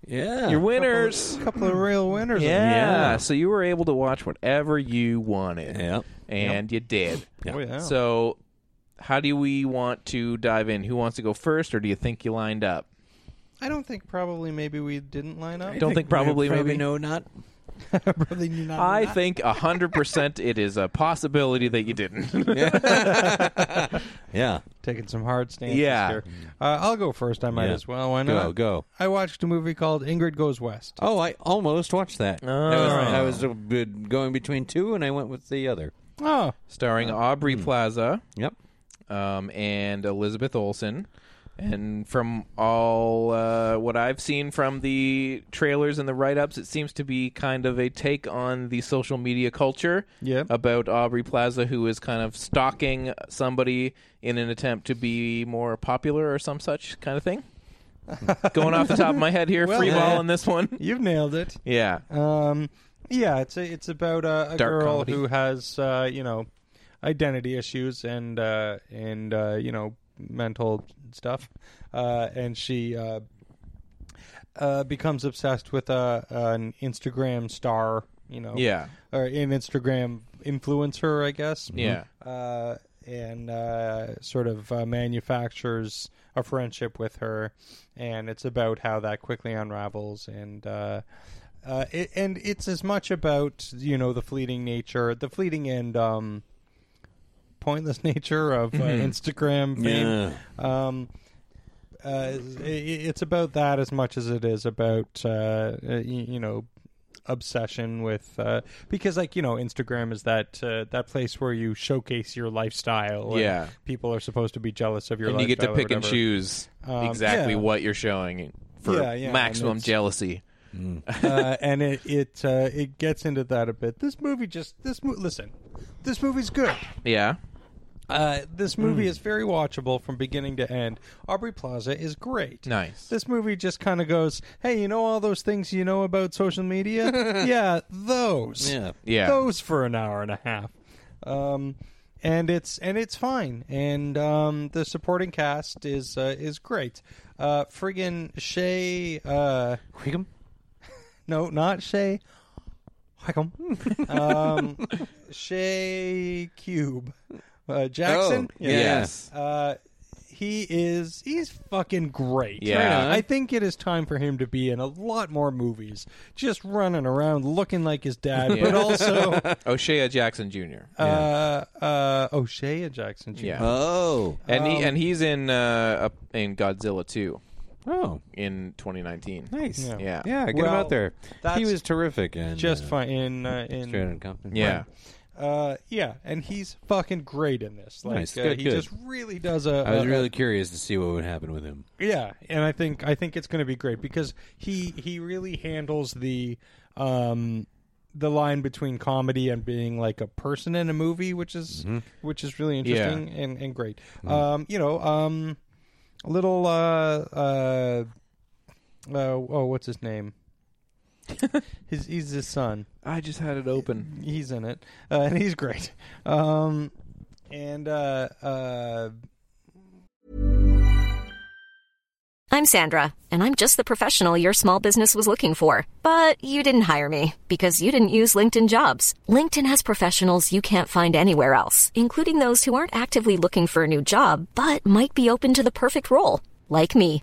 C: yeah.
A: You're winners.
B: A couple of real winners.
A: Yeah. So you were able to watch whatever you wanted.
C: Yep.
A: And you did.
B: Oh, yeah.
A: So how do we want to dive in? Who wants to go first, or do you think you lined up?
B: I don't think probably maybe we didn't line up.
A: Don't think, probably maybe
C: no, not.
B: probably not.
A: I think 100% it is a possibility that you didn't.
C: Yeah.
B: taking some hard stances
A: Yeah.
B: here. Uh, I'll go first. I might
C: Yeah.
B: as well. Why
C: Go,
B: not?
C: go.
B: I watched a movie called Ingrid Goes West.
C: Oh, I almost watched that. I was, I was uh, going between two, and I went with the other.
B: Oh,
A: Hmm. Starring Aubrey Plaza.
C: Yep.
A: um, and Elizabeth Olsen. And from all uh, what I've seen from the trailers and the write ups, it seems to be kind of a take on the social media culture
B: Yep.
A: about Aubrey Plaza, who is kind of stalking somebody in an attempt to be more popular or some such kind of thing. Going off the top of my head here, free ball on this one.
B: You've nailed it.
A: Yeah.
B: Um, yeah, it's a, it's about a, a
A: Dark
B: girl
A: comedy.
B: who has uh, you know identity issues and uh, and uh, you know mental stuff, uh, and she uh, uh, becomes obsessed with a an Instagram star. You know,
A: Yeah.
B: or an Instagram influencer, I guess.
A: Yeah.
B: uh, and uh, sort of uh, manufactures a friendship with her, and it's about how that quickly unravels, and uh, uh, it, and it's as much about you know the fleeting nature, the fleeting and um, pointless nature of uh, Instagram fame. Um, uh, i- i it's about that as much as it is about uh, y- you know obsession with uh, because like you know Instagram is that uh, that place where you showcase your lifestyle. and
A: Yeah.
B: people are supposed to be jealous of your.
A: and you get to
B: lifestyle or
A: pick and
B: whatever.
A: choose
B: Um,
A: exactly
B: yeah.
A: what you're showing for
B: Yeah, yeah, and
A: maximum
B: it's-
A: jealousy.
B: uh, and it it uh, it gets into that a bit. This movie just this mo- listen, this movie's good.
A: Yeah.
B: Uh, this movie is very watchable from beginning to end. Aubrey Plaza is great.
A: Nice.
B: This movie just kind of goes, hey, you know all those things you know about social media? yeah, those.
D: Yeah.
A: Yeah.
B: Those for an hour and a half. Um, and it's and it's fine. And um, the supporting cast is uh, is great. Uh, friggin' Shay. Uh,
D: Quiggum?
B: no, not Shay. Hickam. um, Shay Cube. Uh, Jackson.
D: Oh, yes.
B: Uh, he is he's fucking great.
A: Yeah. Right on.
B: I think it is time for him to be in a lot more movies. Just running around looking like his dad, but also
A: O'Shea Jackson Jr.
B: uh, uh, O'Shea and Jackson Jr.
A: yeah.
D: Oh.
A: and he and he's in uh, uh, in Godzilla 2
D: Oh.
A: in 2019.
D: Nice.
B: Yeah.
A: Yeah.
D: Yeah, get him
B: Well,
D: out there. He
B: that's
D: was terrific. And,
B: Just
D: uh,
B: fine in uh,
D: Straight
B: in
D: Outta Compton.
A: Yeah.
B: uh, yeah, and he's fucking great in this. Like
D: Nice.
B: uh,
D: Good,
B: he
D: good.
B: just really does a.
D: I was
B: a-
D: really
C: uh,
D: curious to see what would happen with him.
B: Yeah, and I think I think it's going to be great because he he really handles the um the line between comedy and being like a person in a movie, which is which is really interesting and and great. Um, you know, um, little uh uh, uh oh, what's his name? his he's his son.
A: I just had it open.
B: He's in it, uh, and he's great. Um, and uh uh.
E: I'm Sandra, and I'm just the professional your small business was looking for. But you didn't hire me because you didn't use LinkedIn jobs. LinkedIn has professionals you can't find anywhere else, including those who aren't actively looking for a new job but might be open to the perfect role, like me.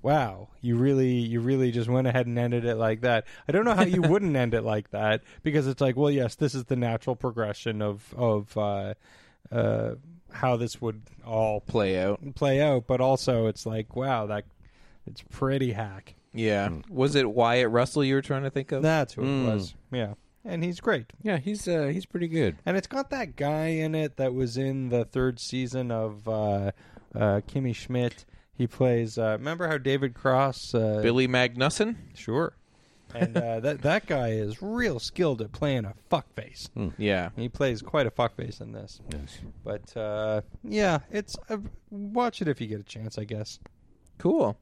B: wow, you really, you really just went ahead and ended it like that. I don't know how you wouldn't end it like that because it's like, well, yes, this is the natural progression of of uh, uh, how this would all
A: play out.
B: play out, but also it's like, wow, that it's pretty hack.
A: Yeah. Was it Wyatt Russell you were trying to think of?
B: That's who it was. Yeah. And he's great.
C: Yeah, he's uh, he's pretty good.
B: And it's got that guy in it that was in the third season of uh, uh, Kimmy Schmidt. He plays. Uh, remember how David Cross? Uh,
A: Billy Magnuson?
B: Sure. And uh, that that guy is real skilled at playing a fuckface.
A: Yeah.
B: He plays quite a fuckface in this. Yes. But uh, yeah, it's uh, watch it if you get a chance, I guess.
A: Cool.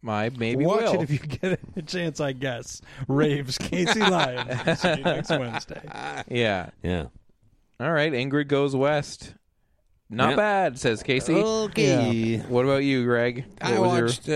A: My maybe
B: watch
A: will.
B: it if you get a chance, I guess. Raves Casey Lyons See you next Wednesday.
A: yeah.
D: Yeah.
A: All right. Ingrid goes west. Not
D: Yeah.
A: bad, says Casey.
D: Okay.
A: What about you, Greg?
C: I
A: What was your-
C: watched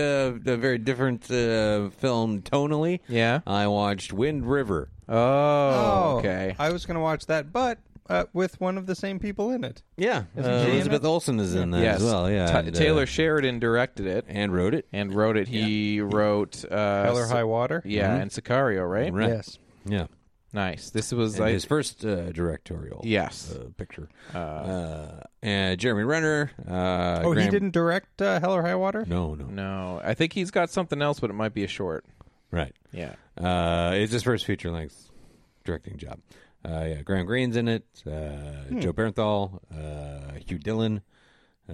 C: uh, a very different uh, film tonally.
A: Yeah.
C: I watched Wind River.
A: Oh, okay.
B: I was going to watch that, but uh, with one of the same people in it.
C: Yeah,
B: she
C: uh,
B: in
C: Elizabeth Olsen is in that
A: yes.
C: as well. Yeah,
A: Ta-
C: and, uh,
A: Taylor Sheridan directed it
C: and wrote it.
A: and wrote it. He wrote uh,
B: Hell or
A: Sic-
B: High Water.
A: Yeah, and Sicario, right?
C: Mm-hmm. Right.
B: Yes.
C: Yeah,
A: Nice. This was
C: And
A: like
C: his first uh, directorial.
A: yes.
C: uh, picture. Uh, and Jeremy Renner. Uh,
B: Oh, he
C: Graham-
B: didn't direct uh, Hell or High Water?
C: No, no,
A: No, I think he's got something else, but it might be a short.
C: Right.
A: Yeah.
C: Uh, it's his first feature length directing job. Uh, yeah, Graham Greene's in it. Uh,
B: Hmm.
C: Joe Bernthal, uh, Hugh Dillon. Uh,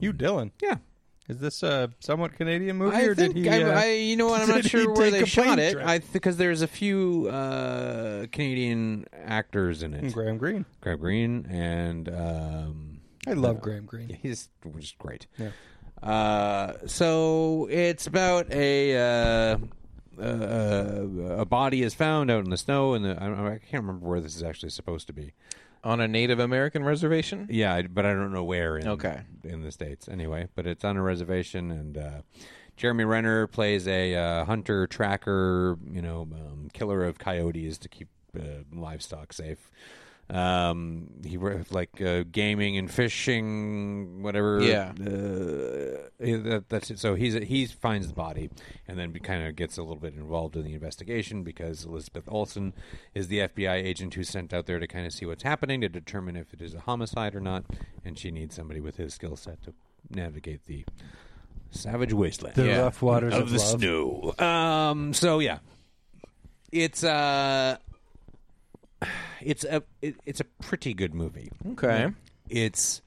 B: You, Dylan.
C: yeah,
B: Is this a somewhat Canadian movie,
C: I
B: or
C: think
B: did he?
C: I,
B: uh,
C: I, you know what I'm
B: did
C: not
B: he
C: sure where
B: take
C: they
B: a
C: shot
B: plane
C: it.
B: trip?
C: I because there's a few uh, Canadian actors in it.
B: Graham Greene.
C: Graham Greene and um,
B: I love Graham Greene.
C: Yeah, he's just great.
B: Yeah.
C: Uh, so it's about a uh, uh, a body is found out in the snow, and the, I, don't- I can't remember where this is actually supposed to be.
A: On a Native American reservation?
C: Yeah, I- but I don't know where. In,
A: Okay.
C: in the states anyway, but it's on a reservation, and uh, Jeremy Renner plays a uh, hunter tracker, you know, um, killer of coyotes to keep uh, livestock safe. Um, he wor- like uh, gaming and fishing, whatever.
A: Yeah.
C: uh, that, that's it. so he's he finds the body, and then kind of gets a little bit involved in the investigation because Elizabeth Olsen is the FBI agent who's sent out there to kind of see what's happening to determine if it is a homicide or not, and she needs somebody with his skill set to navigate the savage wasteland
B: The
A: Yeah.
B: rough waters of,
C: of the
B: love.
C: snow. Um. So yeah, it's uh, it's a it, it's a pretty good movie.
A: Okay.
C: It's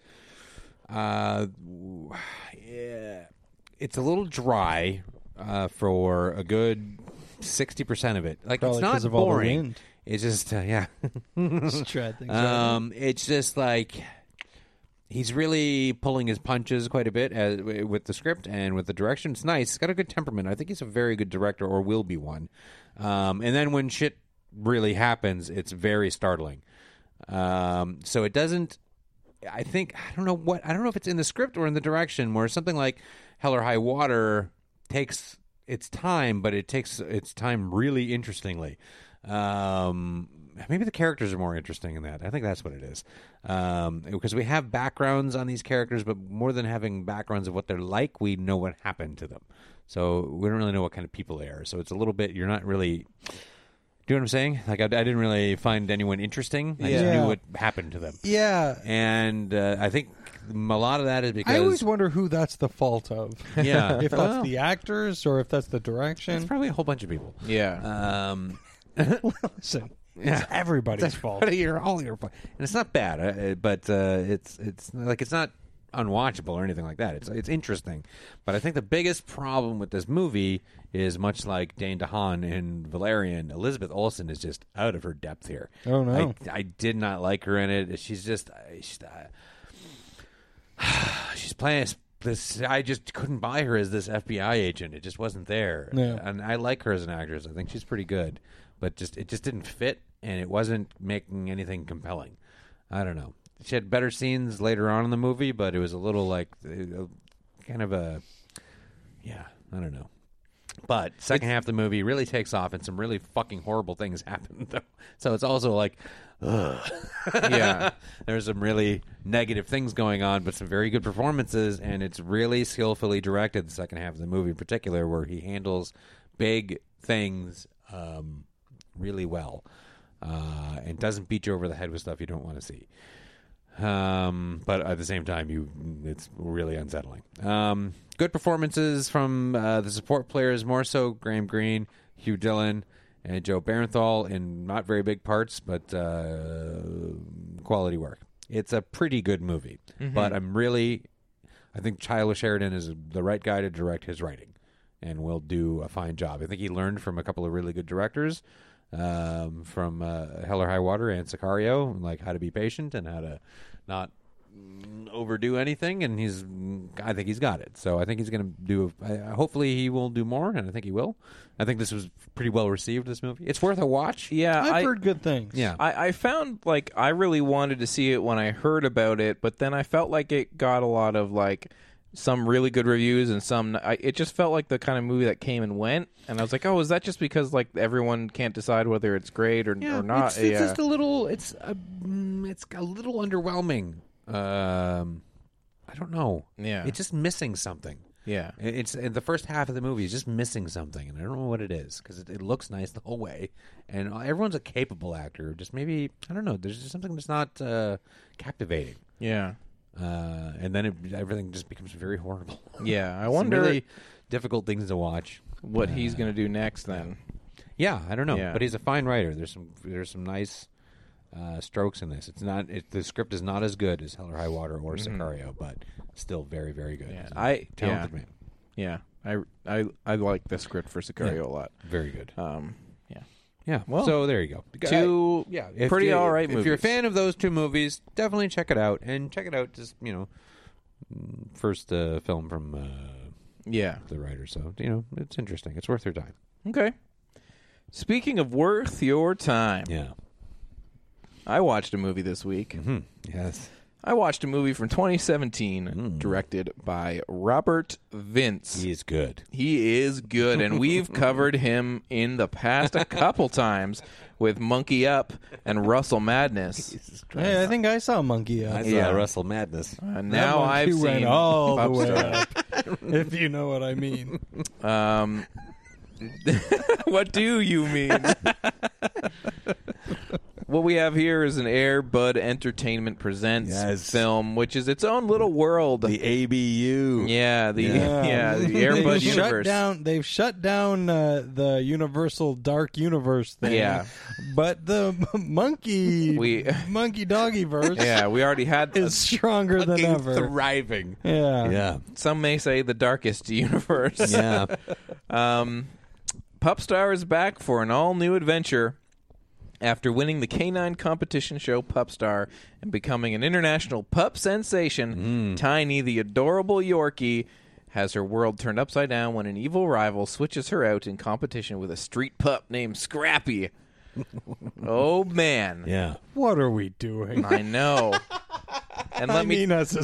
C: uh, w- yeah, it's a little dry uh, for a good sixty percent of it. Like
B: Probably
C: it's
B: 'cause
C: not
B: of all the
C: boring.
B: wind.
C: It's just uh, yeah.
B: Tried things out.
C: Um, it's just like he's really pulling his punches quite a bit as, with the script and with the direction. It's nice. He's got a good temperament. I think he's a very good director, or will be one. Um, and then when shit really happens, it's very startling. Um, so it doesn't. I think I don't know what I don't know if it's in the script or in the direction where something like Hell or High Water takes its time, but it takes its time really interestingly. Um, maybe the characters are more interesting in that. I think that's what it is um, because we have backgrounds on these characters, but more than having backgrounds of what they're like, we know what happened to them. So we don't really know what kind of people they are. So it's a little bit you're not really. Do you know what I'm saying? Like I, I didn't really find anyone interesting. I just
B: Yeah.
C: knew what happened to them
B: yeah.
C: and uh, I think a lot of that is because
B: I always wonder who that's the fault of.
C: Yeah.
B: if that's
C: Well.
B: the actors or if that's the
C: it's
B: direction.
C: probably a whole bunch of people.
A: Yeah.
C: Um,
B: Listen, it's everybody's fault.
C: you're all your, and it's not bad, uh, uh, but uh, it's it's like it's not unwatchable or anything like that. It's it's interesting, but I think the biggest problem with this movie is much like Dane DeHaan in Valerian, Elizabeth Olsen is just out of her depth here.
B: Oh, no.
C: I, I did not like her in it. She's just she's, she's playing as this. I just couldn't buy her as this FBI agent. It just wasn't there.
B: Yeah.
C: And I like her as an actress. I think she's pretty good, but just it just didn't fit, and it wasn't making anything compelling. I don't know. She had better scenes later on in the movie, but it was a little like uh, kind of a yeah. I don't know. But second half of the movie really takes off, and some really fucking horrible things happen. Though, so it's also like, ugh.
A: Yeah.
C: there's some really negative things going on, but some very good performances, and it's really skillfully directed. The second half of the movie, in particular, where he handles big things um, really well, uh, and doesn't beat you over the head with stuff you don't want to see. Um, but at the same time, you it's really unsettling. Um, good performances from uh, the support players, more so Graham Greene, Hugh Dillon, and Joe Barenthal in not very big parts, but uh, quality work. It's a pretty good movie, but I'm really, I think Tyler Sheridan is the right guy to direct his writing, and will do a fine job. I think he learned from a couple of really good directors, um, from uh, Hell or High Water and Sicario, like how to be patient and how to not mm, overdo anything. And he's, mm, I think he's got it. So I think he's going to do. I, I- hopefully, he will do more, and I think he will. I think this was pretty well received. This movie, it's worth a watch.
A: Yeah,
B: I've
A: I,
B: heard good things.
C: Yeah.
A: I, I found like I really wanted to see it when I heard about it, but then I felt like it got a lot of like some really good reviews and some. I, it just felt like the kind of movie that came and went, and I was like, oh, is that just because like everyone can't decide whether it's great or, or not?
C: It's, it's just a little. It's a, mm, it's a little underwhelming. Um, I don't know.
A: Yeah.
C: it's just missing something.
A: yeah.
C: It- It's and the first half of the movie is just missing something, and I don't know what it is because it, it looks nice the whole way, and everyone's a capable actor. Just maybe I don't know. There's just something that's not uh, captivating,
A: yeah.
C: uh, and then it, everything just becomes very horrible.
A: Yeah, I
C: Some
A: wonder-
C: really difficult things to watch.
A: What he's gonna do next then?
C: Yeah, I don't know,
A: Yeah.
C: but he's a fine writer. There's some there's some nice uh, strokes in this. It's not it, the script is not as good as Hell or High Water or Sicario, but still very very good. He's a
A: I-
C: talented
A: Mm-hmm. yeah.
C: man,
A: Yeah, I I I like the script for Sicario a lot.
C: very good.
A: Um, yeah.
C: Yeah.
A: Well,
C: so there you go.
A: two
C: I- yeah,
A: pretty
C: you-
A: all right
C: If you're a
A: movies.
C: fan of those two movies, definitely check it out and check it out. Just you know, mm, first uh, film from uh,
A: Yeah.
C: the writer, so you know it's interesting. It's worth your time.
A: Okay. Speaking of worth your time,
C: Yeah.
A: I watched a movie this week.
C: Hmm. Yes.
A: I watched a movie from 2017
B: Hmm.
A: directed by Robert Vince.
C: He is good.
A: He is good, and we've covered him in the past a couple times with Monkey Up and Russell Madness.
B: Hey, I think I saw Monkey Up.
C: I saw
A: Yeah.
C: uh, Russell Madness.
A: And
B: That
A: now
B: monkey
A: I've
B: went
A: seen
B: all the way
A: Popstar.
B: up, if you know what I mean.
A: Um, what do you mean? what we have here is an Air Bud Entertainment Presents
C: Yes.
A: film, which is its own little world.
C: ABU.
A: yeah, the yeah, the Air
B: They've
A: Bud
B: shut
A: universe.
B: Down, they've shut down uh, the Universal Dark Universe thing.
A: Yeah.
B: but the monkey
A: We-
B: monkey doggy verse
A: Yeah, we already had
B: is stronger than ever.
C: Thriving.
B: yeah.
C: Yeah.
A: some may say the darkest universe.
C: Yeah.
A: Pupstar is back for an all new adventure after winning the canine competition show Pupstar and becoming an international pup
C: Mm.
A: sensation. Tiny, the adorable Yorkie, has her world turned upside down when an evil rival switches her out in competition with a street pup named Scrappy. oh man,
C: yeah.
B: What are we doing?
A: I know. And let
B: I
A: me
B: mean, as a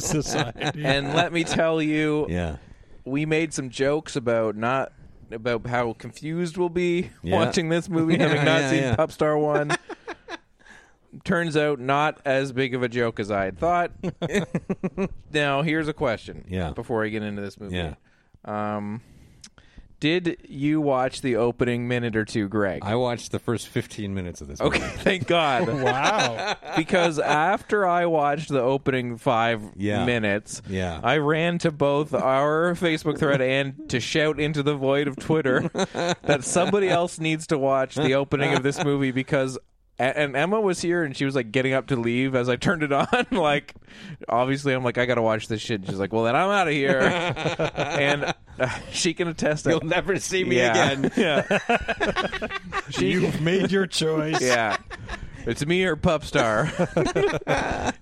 B: society.
A: and let me tell you,
C: Yeah.
A: we made some jokes about not about how confused we'll be
C: Yeah.
A: watching this movie
C: Yeah,
A: having not
C: yeah,
A: seen
C: yeah.
A: Popstar One. Turns out not as big of a joke as I had thought. now here's a question.
C: Yeah.
A: Before I get into this movie.
C: Yeah.
A: Um did you watch the opening minute or two, Greg?
C: I watched the first 15 minutes of this.
A: okay,
C: movie.
A: thank God.
B: wow.
A: because after I watched the opening five
C: Yeah.
A: minutes,
C: Yeah.
A: I ran to both our Facebook thread and to shout into the void of Twitter that somebody else needs to watch the opening of this movie because. a- And Emma was here, and she was like getting up to leave as I turned it on. Like, obviously, I'm like, I gotta watch this shit. And she's like, Well, then I'm out of here. and uh, she can attest that
C: You'll never see me
A: Yeah.
C: again.
A: Yeah,
B: You've made your choice.
A: yeah. It's me or Pupstar.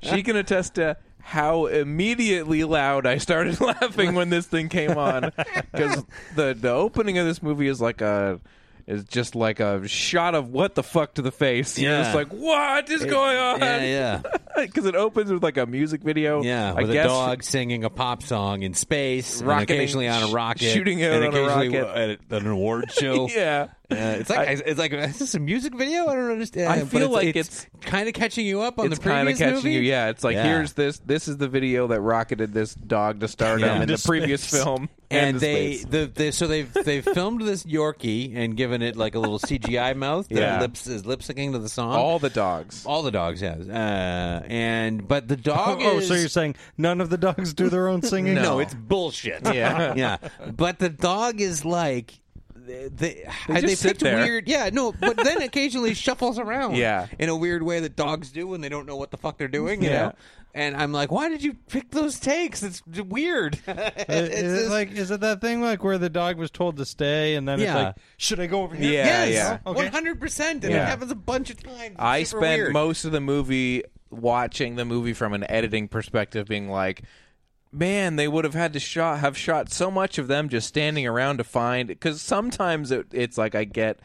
A: she can attest to how immediately loud I started laughing when this thing came on because the the opening of this movie is like a is just like a shot of what the fuck to the face. You're
C: Yeah.
A: just like, what is going on?
C: Yeah,
A: Because it opens with like a music video.
C: yeah.
A: I
C: With
A: guess
C: a dog singing a pop song in space, and
A: Rocketing-
C: occasionally on a rocket,
A: shooting out on
C: and
A: a
C: occasionally
A: rocket.
C: at an award show.
A: Yeah.
C: Uh, it's like it's like is this a music video? I don't understand.
A: I
C: But
A: feel like
C: kind of catching you up on
A: it's
C: the
A: kinda
C: previous
A: catching
C: movie.
A: you. Yeah, it's like
C: Yeah.
A: here's this. This is the video that rocketed this dog to stardom
C: Yeah.
A: in the previous film,
C: and,
A: to
C: they
A: space.
C: the, the so they've they've filmed this Yorkie and given it like a little CGI mouth that
A: Yeah.
C: lips is lip syncing to the song.
A: all the dogs.
C: Um, all the dogs, yeah. Uh, and but the
B: Oh,
C: dog
B: oh,
C: is
B: so you're saying none of the dogs do their own singing?
C: no, it's bullshit.
A: Yeah.
C: yeah. But the dog is like. They, they, they,
A: just sit
C: picked
A: there.
C: weird, yeah, no, but then occasionally shuffles around,
A: Yeah.
C: in a weird way that dogs do when they don't know what the fuck they're doing, you
A: Yeah.
C: know. And I'm like, why did you pick those takes? It's weird. It's
B: Uh, is it
C: just-
B: like is it that thing like where the dog was told to stay and then
C: Yeah.
B: it's like should I go over here?
A: Yeah,
C: yes,
B: yeah.
C: one hundred percent, and
A: Yeah.
C: it happens a bunch of times. It's
A: I
C: super
A: spent
C: weird.
A: most of the movie watching the movie from an editing perspective, being like, "Man, they would have had to shot have shot so much of them just standing around to find." Because sometimes it, it's like I get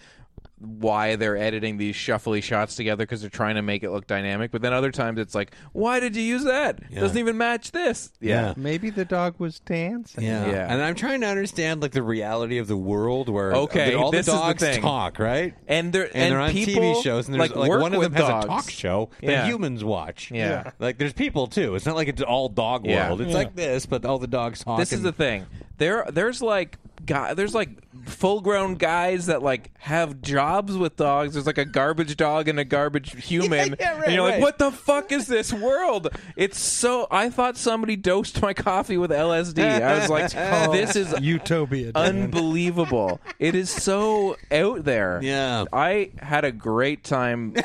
A: why they're editing these shuffly shots together because they're trying to make it look dynamic, but then other times it's like, "Why did you use that? Doesn't even match this." Yeah,
B: Maybe the dog was dancing.
C: Yeah.
A: Yeah.
C: and I'm trying to understand like the reality of the world where uh,
A: Okay,
C: that all
A: this is
C: the
A: the
C: dogs
A: thing.
C: talk, right?
A: And they're-
C: and,
A: and
C: they're on
A: people,
C: TV shows, and there's
A: like,
C: like,
A: work
C: one of
A: with
C: them has
A: dogs.
C: a talk show that
A: Yeah.
C: humans watch.
A: Yeah. Yeah.
C: like there's people too. It's not like it's all dog
A: Yeah.
C: world. It's like this, but all the dogs talk.
A: This is
C: and-
A: the thing. There, there's like guy, there's like full-grown guys that like have jobs with dogs. There's like a garbage dog and a garbage human,
C: Yeah, yeah, right,
A: and you're like,
C: right.
A: what the fuck is this world? It's so. I thought somebody dosed my coffee with LSD. I was like,
C: Oh.
A: this is
B: Utopia. Dan.
A: unbelievable. it is so out there.
C: Yeah.
A: I had a great time.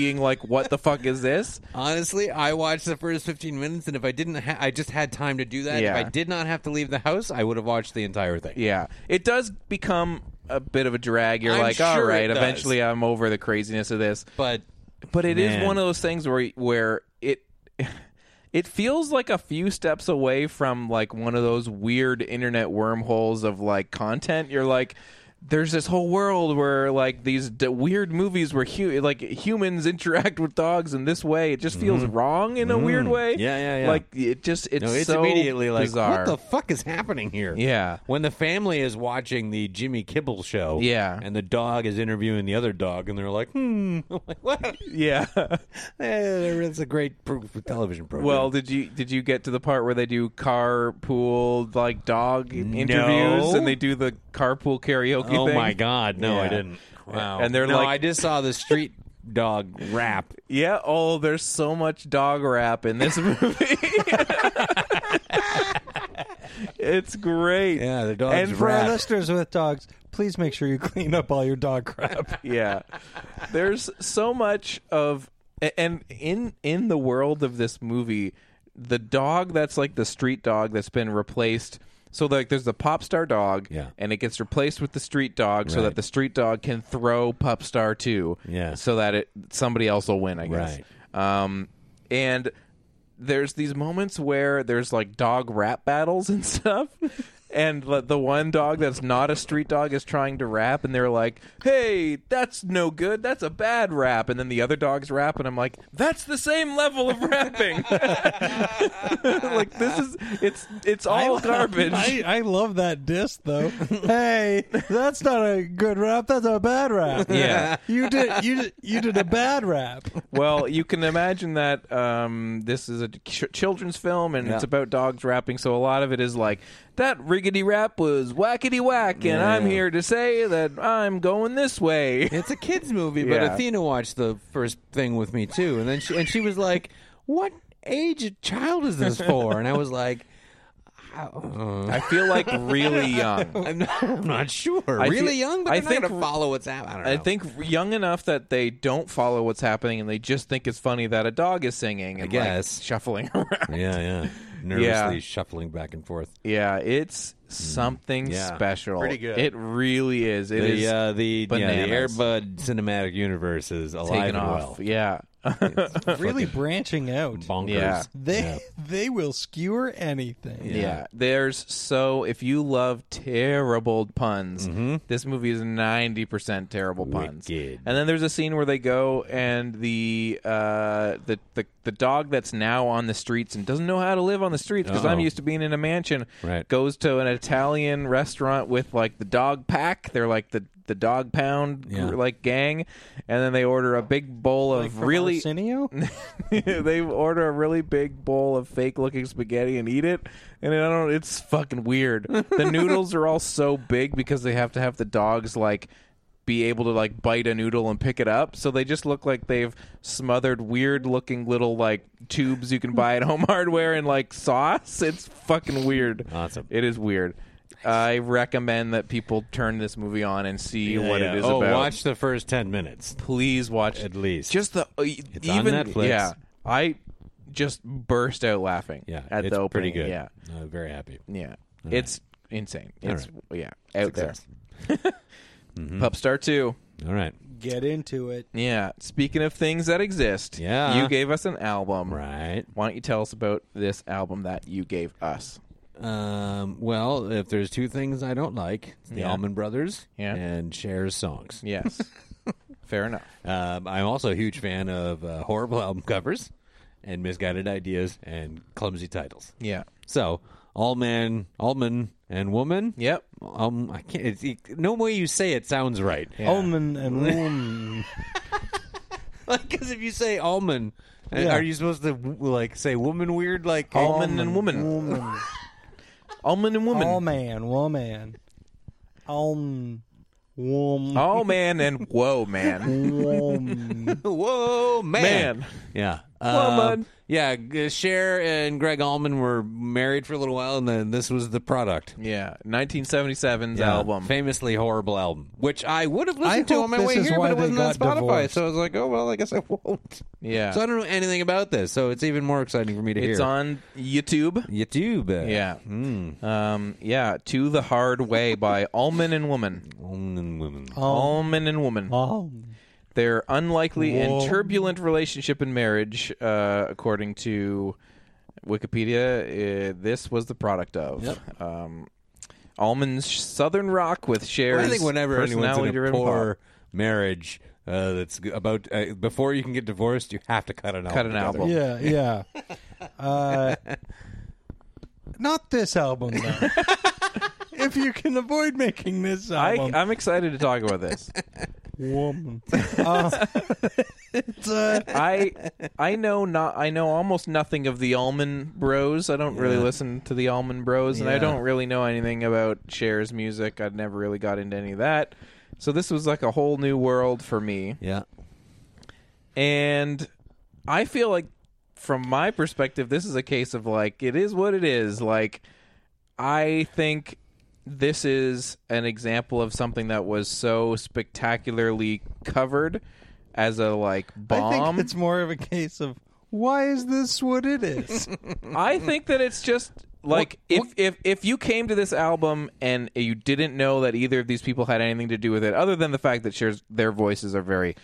A: Being like, what the fuck is this?
C: Honestly, I watched the first 15 minutes, and if I didn't, ha- I just had time to do that.
A: Yeah.
C: If I did not have to leave the house, I would have watched the entire thing.
A: Yeah, it does become a bit of a drag. You're
C: I'm
A: like,
C: sure
A: all
C: it
A: right,
C: does."
A: eventually I'm over the craziness of this.
C: But
A: But it is
C: Man.
A: one of those things where where it it feels like a few steps away from like one of those weird internet wormholes of like content. You're like. There's this whole world where like these d- weird movies where hu- like humans interact with dogs in this way. It just feels wrong in a weird way.
C: Mm-hmm. Mm. Yeah, yeah, yeah.
A: Like it just it's,
C: No, it's
A: so
C: immediately like,
A: bizarre.
C: what the fuck is happening here?
A: Yeah.
C: When the family is watching the Jimmy Kibble show,
A: Yeah.
C: and the dog is interviewing the other dog, and they're like, hmm, I'm like, what? Eh,
A: yeah.
C: It's a great pro- television program.
A: Well, did you did you get to the part where they do carpool like dog interviews and they do the carpool karaoke?
C: oh
A: thing?
C: my god, no, I
A: Yeah.
C: didn't. Wow.
A: And they're
C: no,
A: like-
C: I just saw the street dog rap.
A: Yeah. Oh, there's so much dog rap in this movie. it's great.
C: Yeah, the dogs
A: And
B: For our
C: rap.
B: listeners with dogs, please make sure you clean up all your dog crap.
A: yeah there's so much of a- and in in the world of this movie the dog that's like the street dog that's been replaced so like there's the pop star dog
C: Yeah.
A: and it gets replaced with the street dog so
C: Right.
A: that the street dog can throw pop star 2
C: Yeah.
A: so that it somebody else will win i guess um and there's these moments where there's like dog rap battles and stuff and like, the one dog that's not a street dog is trying to rap and they're like hey that's no good that's a bad rap and then the other dogs rap and i'm like that's the same level of rapping like this is it's it's all garbage
B: I, I love that disc though. hey, that's not a good rap. That's a bad rap.
A: Yeah.
B: you did you did- you did a bad rap.
A: well, you can imagine that um, this is a ch- children's film and it's about dogs rapping, so a lot of it is like that riggedy rap was whackety whack, and I'm here to say that I'm going this way.
C: It's a kids movie, but
A: Yeah.
C: Athena watched the first thing with me too, and then she and she was like, "What age of child is this for?" And I was like,
A: I feel like really young.
C: "I'm not, I'm not sure.
A: I
C: really
A: feel-
C: young, but
A: I
C: I'm not
A: think-
C: going to follow what's happening." I don't know.
A: I think young enough that they don't follow what's happening and they just think it's funny that a dog is singing and like,
C: guess.
A: shuffling around.
C: Yeah, yeah. Nervously shuffling back and forth.
A: Yeah, it's something
C: Mm. Yeah.
A: special.
C: Pretty good.
A: It really is. It is
C: The uh, the yeah, the
A: bananas.
C: Airbud cinematic universe is alive
A: taken
C: and
A: off.
C: well.
A: Yeah.
B: Really branching out.
C: Bonkers.
A: Yeah.
B: They they will skewer anything.
A: Yeah. there's so if you love terrible puns, this movie is ninety percent terrible puns.
C: Mm-hmm. Wicked.
A: And then there's a scene where they go and the uh, the, the the dog that's now on the streets and doesn't know how to live on the streets because I'm
C: Uh-oh.
A: used to being in a mansion
C: Oh. Right.
A: goes to an Italian restaurant with like the dog pack. They're like the the dog pound
C: Yeah.
A: like gang, and then they order a big bowl of really
B: Arsenio?
A: they order a really big bowl of fake looking spaghetti and eat it and i don't it's fucking weird the noodles are all so big because they have to have the dogs like be able to like bite a noodle and pick it up so they just look like they've smothered weird looking little like tubes you can buy at home hardware and like sauce it's fucking weird
C: Awesome.
A: it is weird I recommend that people turn this movie on and see what
C: Yeah.
A: it is
C: oh,
A: about
C: watch the first 10 minutes.
A: please watch
C: At least.
A: just the uh,
C: It's on
A: even
C: Netflix.
A: yeah i just burst out laughing
C: Yeah,
A: at
C: it's
A: the
C: pretty
A: opening
C: good.
A: yeah
C: I'm very happy.
A: yeah it's insane it's yeah out
C: Success. Mm-hmm.
A: there pup star 2
C: All right.
B: Get into it.
A: yeah speaking of things that exist
C: Yeah.
A: you gave us an album
C: Right.
A: why don't you tell us about this album that you gave us
C: Um, well, if there's two things I don't like, it's the
A: Yeah.
C: Allman Brothers
A: Yeah.
C: and Cher's songs.
A: yes fair enough
C: Um, I'm also a huge fan of uh, horrible album covers and misguided ideas and clumsy titles.
A: yeah
C: So, all man, all man, and woman.
A: yep
C: Um, I can't. It's, it, no way you say it sounds right.
A: Yeah.
B: Almond and womb.
C: Because if you say almond, uh,
B: Yeah.
C: are you supposed to w- like say woman weird? Like
A: Almond and woman.
B: Woman.
A: Almond and woman.
B: All man, woman. Alm. Wom.
A: oh man and whoa man.
B: Wom.
C: Whoa, man.
A: Man.
C: Yeah.
A: Well,
C: Um,
A: bud.
C: Yeah, G- Cher and Greg Allman were married for a little while, and then this was the product.
A: yeah, 1977's
C: Yeah.
A: album.
C: Famously horrible album, which I would have listened
B: I
C: to
B: hope
C: on my
B: this
C: way
B: is
C: here,
B: why
C: but it
B: they
C: wasn't on
B: got
C: Spotify.
B: divorced.
C: So I was like, oh, well, I guess I won't.
A: Yeah.
C: So I don't know anything about this, so it's even more exciting for me to hear.
A: It's on YouTube.
C: YouTube. uh,
A: Yeah. Um, yeah. To the Hard Way by Allman and Woman.
C: Allman Woman.
A: Allman and Woman.
B: Alm.
A: Their unlikely and
B: Whoa.
A: turbulent relationship and marriage, uh, according to Wikipedia, uh, this was the product of. Um, Allman's Southern Rock with shares.
C: I think whenever anyone's
A: personality
C: in a
A: driven
C: poor marriage, uh, that's g- about uh, before you can get divorced, you have to cut an album.
A: Cut an
C: together.
A: album.
B: Yeah, yeah. Uh, not this album, though. if you can avoid making this
A: I,
B: album,
A: I'm excited to talk about this.
B: woman. Uh, it's, uh,
A: I I know not I know almost nothing of the Allman Bros. I don't really listen to the Allman Bros, and I
C: Yeah.
A: don't really know anything about Cher's music. I never really got into any of that. So this was like a whole new world for me,
C: Yeah.
A: and I feel like from my perspective, this is a case of like it is what it is. Like I think this is an example of something that was so spectacularly covered as a like bomb.
B: I think it's more of a case of why is this what it is?
A: I think that it's just like if, if if you came to this album and you didn't know that either of these people had anything to do with it, other than the fact that shares their voices are very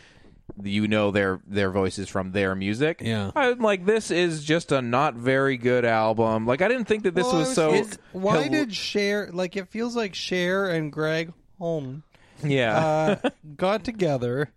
A: you know their their voices from their music.
C: Yeah.
A: I'm like this is just a not very good album. Like I didn't think that this
B: Well, I
A: was so
B: is- why did Cher like it feels like Cher and Greg Holm
A: Yeah.
B: uh, got together,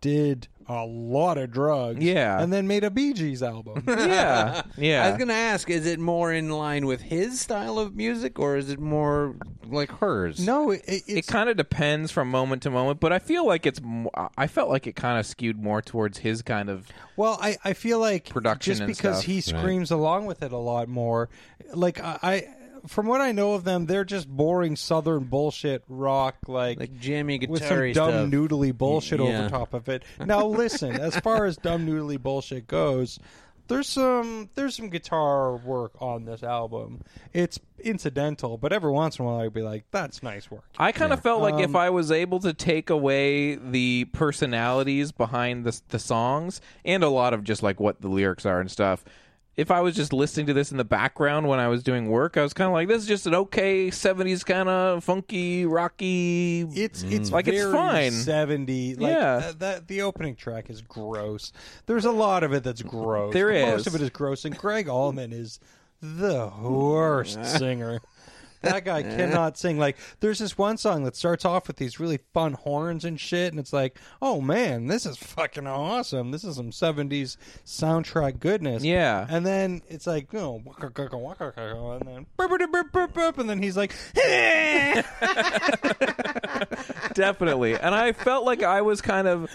B: did a lot of drugs,
A: Yeah.
B: and then made a Bee Gees album.
A: yeah.
C: I
A: Yeah.
C: was gonna ask: Is it more in line with his style of music, or is it more like hers?
B: no, it, it's
A: it kind of depends from moment to moment, but I feel like it's. mo- I felt like it kind of skewed more towards his kind of.
B: Well, I, I feel like
A: Production
B: just
A: and
B: because
A: stuff.
B: he screams along with it a lot more. Like I, I, from what I know of them, they're just boring Southern bullshit rock, like
C: Like jammy
B: with
C: guitar-y
B: some dumb
C: stuff.
B: noodly bullshit
C: Y- yeah.
B: over top of it. Now listen, as far as dumb noodly bullshit goes. There's some there's some guitar work on this album. It's incidental, but every once in a while I'd be like, "That's nice work."
A: I kind of felt like if I was able to take away the personalities behind the the songs and a lot of just like what the lyrics are and stuff, if I was just listening to this in the background when I was doing work, I was kind of like, this is just an okay '70s kind of funky, rocky.
B: It's it's
A: Like, it's
B: very
A: fine.
B: Seventy, like,
A: Yeah.
B: th- that- the opening track is gross. There's a lot of it that's gross.
A: There is.
B: Most of it is gross, and Greg Allman is the worst singer. that guy cannot sing. Like, there's this one song that starts off with these really fun horns and shit, and it's like, oh man, this is fucking awesome. This is some 70s soundtrack goodness.
A: Yeah.
B: And then it's like, oh, waka, waka, waka, waka, and then, burp, burp, burp, burp, burp, and then he's like, "Eh."
A: definitely. And I felt like I was kind of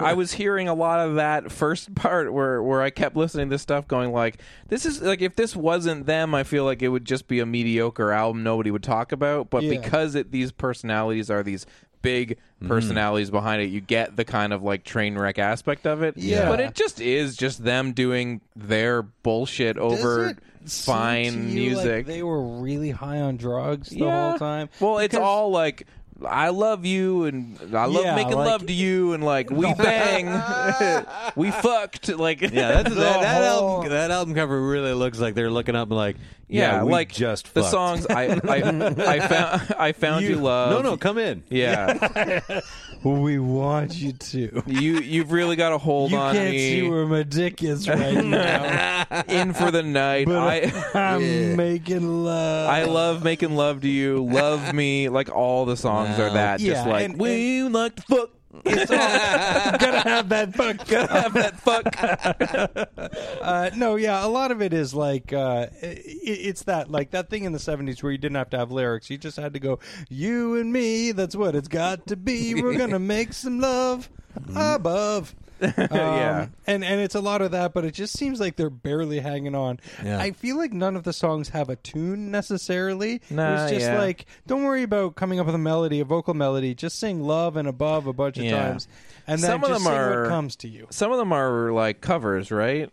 A: I was hearing a lot of that first part where where I kept listening to this stuff going like this is like if this wasn't them I feel like it would just be a mediocre album nobody would talk about but
B: Yeah.
A: because it these personalities are these big personalities behind it you get the kind of like train wreck aspect of it
B: Yeah.
A: but it just is just them doing their bullshit over
B: Does it seem
A: fine
B: to you like
A: music
B: they were really high on drugs the whole time.
A: well, it's
B: Because-
A: all like I love you and I love
B: Yeah,
A: making
B: like-
A: love to you and like we bang, we fucked like
D: Yeah, that's, that, that,
B: whole-
D: album, that album cover really looks like they're looking up and like, yeah,
A: yeah,
D: we
A: like
D: just
A: the
D: fucked.
A: songs I I, I found I found you, love
D: No, no, come in.
A: yeah
B: We want you to.
A: you you've really got to hold
B: You
A: on to
B: can't see
A: me
B: where my dick is right now.
A: in for the night I.
B: I'm making love.
A: I love making love to you. Love me, like all the songs are that. just
B: Yeah,
A: like
B: and-
A: we like to fuck. It's all
B: gotta have that fuck.
A: gotta have that fuck.
B: Uh, no, yeah, a lot of it is like uh, i it's that like that thing in the '70s where you didn't have to have lyrics; you just had to go, "You and me, that's what it's got to be. We're gonna make some love above." Um,
A: Mm-hmm. Yeah.
B: and and it's a lot of that, but it just seems like they're barely hanging on. I feel like none of the songs have a tune necessarily.
A: Nah,
B: it's just
A: yeah.
B: like don't worry about coming up with a melody, a vocal melody. Just sing "Love" and "Above" a bunch of
A: Yeah.
B: times, and then
A: Some of
B: just
A: them
B: sing
A: are-
B: what comes to you.
A: some of them are like covers, right?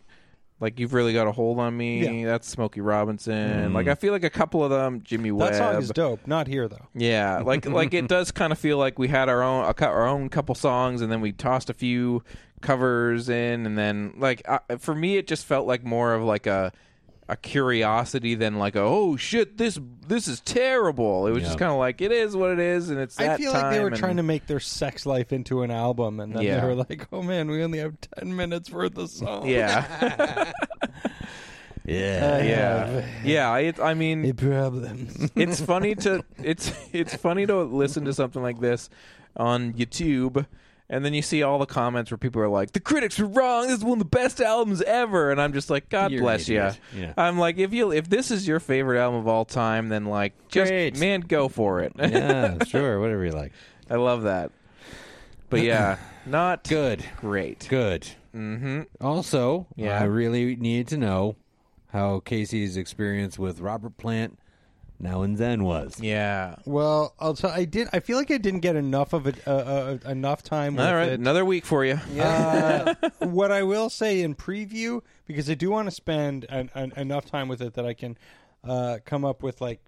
A: Like you've really got a hold on me.
B: Yeah.
A: That's Smokey Robinson. Like I feel like a couple of them, Jimmy Webb.
B: That song is dope. Not here though.
A: Yeah, like like it does kind of feel like we had our own a, cou- our own couple songs, and then we tossed a few covers in, and then like I, for me, it just felt like more of like a a curiosity than like a, oh shit this this is terrible. It was just kind of like it is what it is, and it's.
B: I
A: that
B: feel like they
A: time,
B: were
A: and-
B: trying to make their sex life into an album, and then
A: Yeah.
B: they were like, "Oh man, we only have ten minutes worth of songs."
A: Yeah,
D: Yeah.
A: yeah, yeah. I, I mean,
B: Any problems.
A: it's funny to it's it's funny to listen to something like this on YouTube and then you see all the comments where people are like, "The critics were wrong. This is one of the best albums ever." And I'm just like, "God
D: You're an
A: bless you."
D: idiot. Yeah.
A: I'm like, if you if this is your favorite album of all time, then like, just
D: Great.
A: man, go for it.
D: yeah, sure, whatever you like.
A: I love that. But yeah, not
D: Good.
A: great.
D: Good. Mm-hmm. Also,
A: Yeah.
D: I really need to know how Casey's experience with Robert Plant now and then was.
A: Yeah.
B: well, I'll tell. I did. I feel like I didn't get enough of it. Uh, uh, uh, enough time. With
A: All right,
B: It.
A: another week for you.
B: Uh, what I will say in preview, because I do want to spend an, an, enough time with it that I can uh, come up with like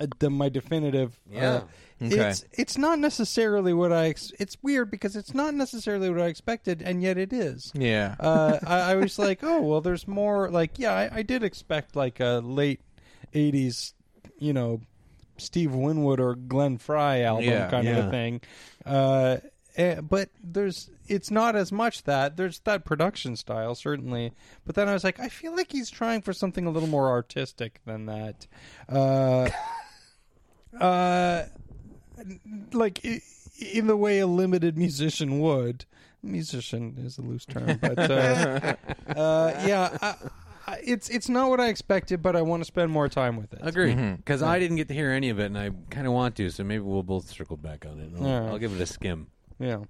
B: a, the, my definitive. Yeah. It's it's not necessarily what I. Ex- it's weird because it's not necessarily what I expected, and yet it is.
A: Yeah.
B: uh, I, I was like, oh well, there's more. Like, yeah, I, I did expect like a late '80s, you know, Steve Winwood or Glenn Fry album
A: Yeah.
B: kind of
D: Yeah.
B: a thing. Uh, eh, but there's, it's not as much that there's that production style certainly. But then I was like, I feel like he's trying for something a little more artistic than that. Uh, uh, like i- in the way a limited musician would. Musician is a loose term, but uh, uh, yeah, I, I, it's it's not what I expected, but I want to spend more time with it.
D: Agree.
A: Mm-hmm.
D: Because I didn't get to hear any of it, and I kind of want to, so maybe we'll both circle back on it. and I'll,
B: All right.
D: I'll give it a skim.
B: Yeah,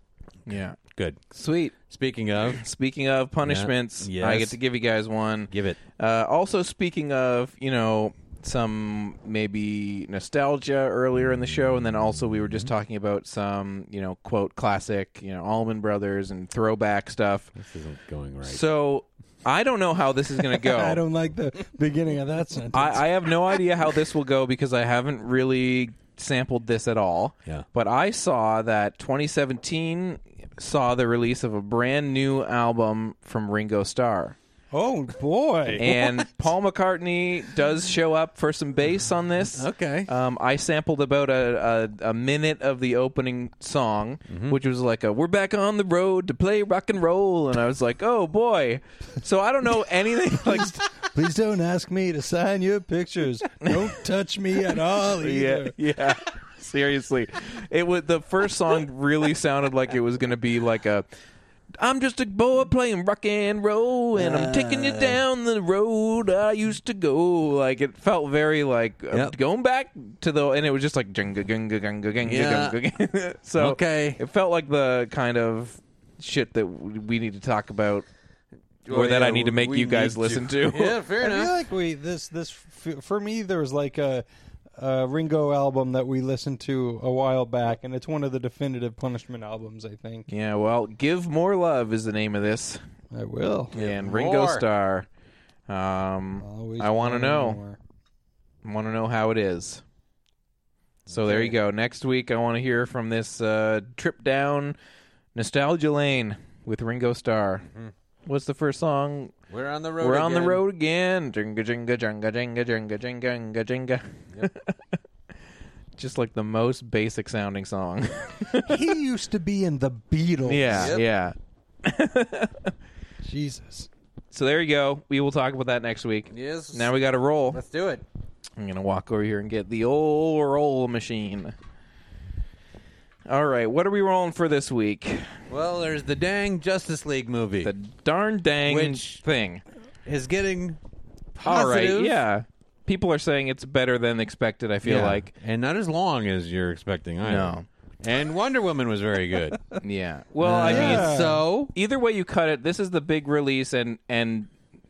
A: yeah.
D: Good.
A: Sweet.
D: Speaking of,
A: Speaking of punishments,
D: Yeah.
A: I
D: Yes.
A: get to give you guys one.
D: Give it.
A: Uh, also, speaking of, you know, some maybe nostalgia earlier in the show, and then also we were just talking about some, you know, quote classic, you know, Allman Brothers and throwback stuff.
D: this isn't going right.
A: So I don't know how this is going to go.
B: I don't like the beginning of that sentence.
A: Oh. I, I have no idea how this will go because I haven't really sampled this at all.
D: Yeah.
A: But I saw that 2017 saw the release of a brand new album from Ringo Starr.
B: Oh boy.
A: And Paul McCartney does show up for some bass on this.
C: Okay.
A: Um, I sampled about a, a, a minute of the opening song, which was like, a, We're back on the road to play rock and roll. And I was like, Oh boy. So I don't know anything. Like,
B: Please don't ask me to sign your pictures. Don't touch me at all
A: yeah,
B: either.
A: yeah. Seriously, it was the first song really sounded like it was going to be like a. I'm just a boy playing rock and roll, and I'm taking you
C: Uh.
A: down the road I used to go. Like it felt very like uh,
C: Yep.
A: going back to the, and it was just like jinga jinga jinga jinga
C: Yeah.
A: jinga. So
C: Okay.
A: it felt like the kind of shit that we need to talk about, or
C: Well,
A: that I
C: Oh, yeah,
A: need to make
C: we
A: you guys
C: need
A: listen to.
C: Yeah, fair
B: I
C: enough.
B: feel like we this this f- for me there was like a, a Ringo album that we listened to a while back, and it's one of the definitive Punishment albums. I think
A: yeah. Well, give more love is the name of this.
B: I will.
A: and Ringo
C: more.
A: Starr. Um,
B: Always
A: I want to
B: wanting
A: know.
B: more.
A: Want to know how it is. So there you go. Next week, I want to hear from this uh, trip down nostalgia lane with Ringo Starr. What's the first song?
C: We're on the Mm-hmm. road.
A: We're on the
C: again.
A: road again. Jinga jinga jinga jinga jinga jinga jinga jinga. Just like the most basic sounding song.
B: he used to be in the Beatles.
A: yeah, yeah.
B: Jesus.
A: So there you go. We will talk about that next week.
C: Yes.
A: Now we got to roll.
C: Let's do it.
A: I'm gonna walk over here and get the old roll machine. All right, what are we rolling for this week?
C: Well, there's the dang Justice League movie.
A: The darn dang
C: Which-
A: thing.
C: is getting
A: All
C: positive.
A: right, yeah. People are saying it's better than expected. I feel
C: Yeah.
A: like,
C: and not as long as you're expecting. Either.
A: No.
C: And Wonder Woman was very good.
A: yeah. Well, I mean,
C: so
A: either way you cut it, this is the big release, and and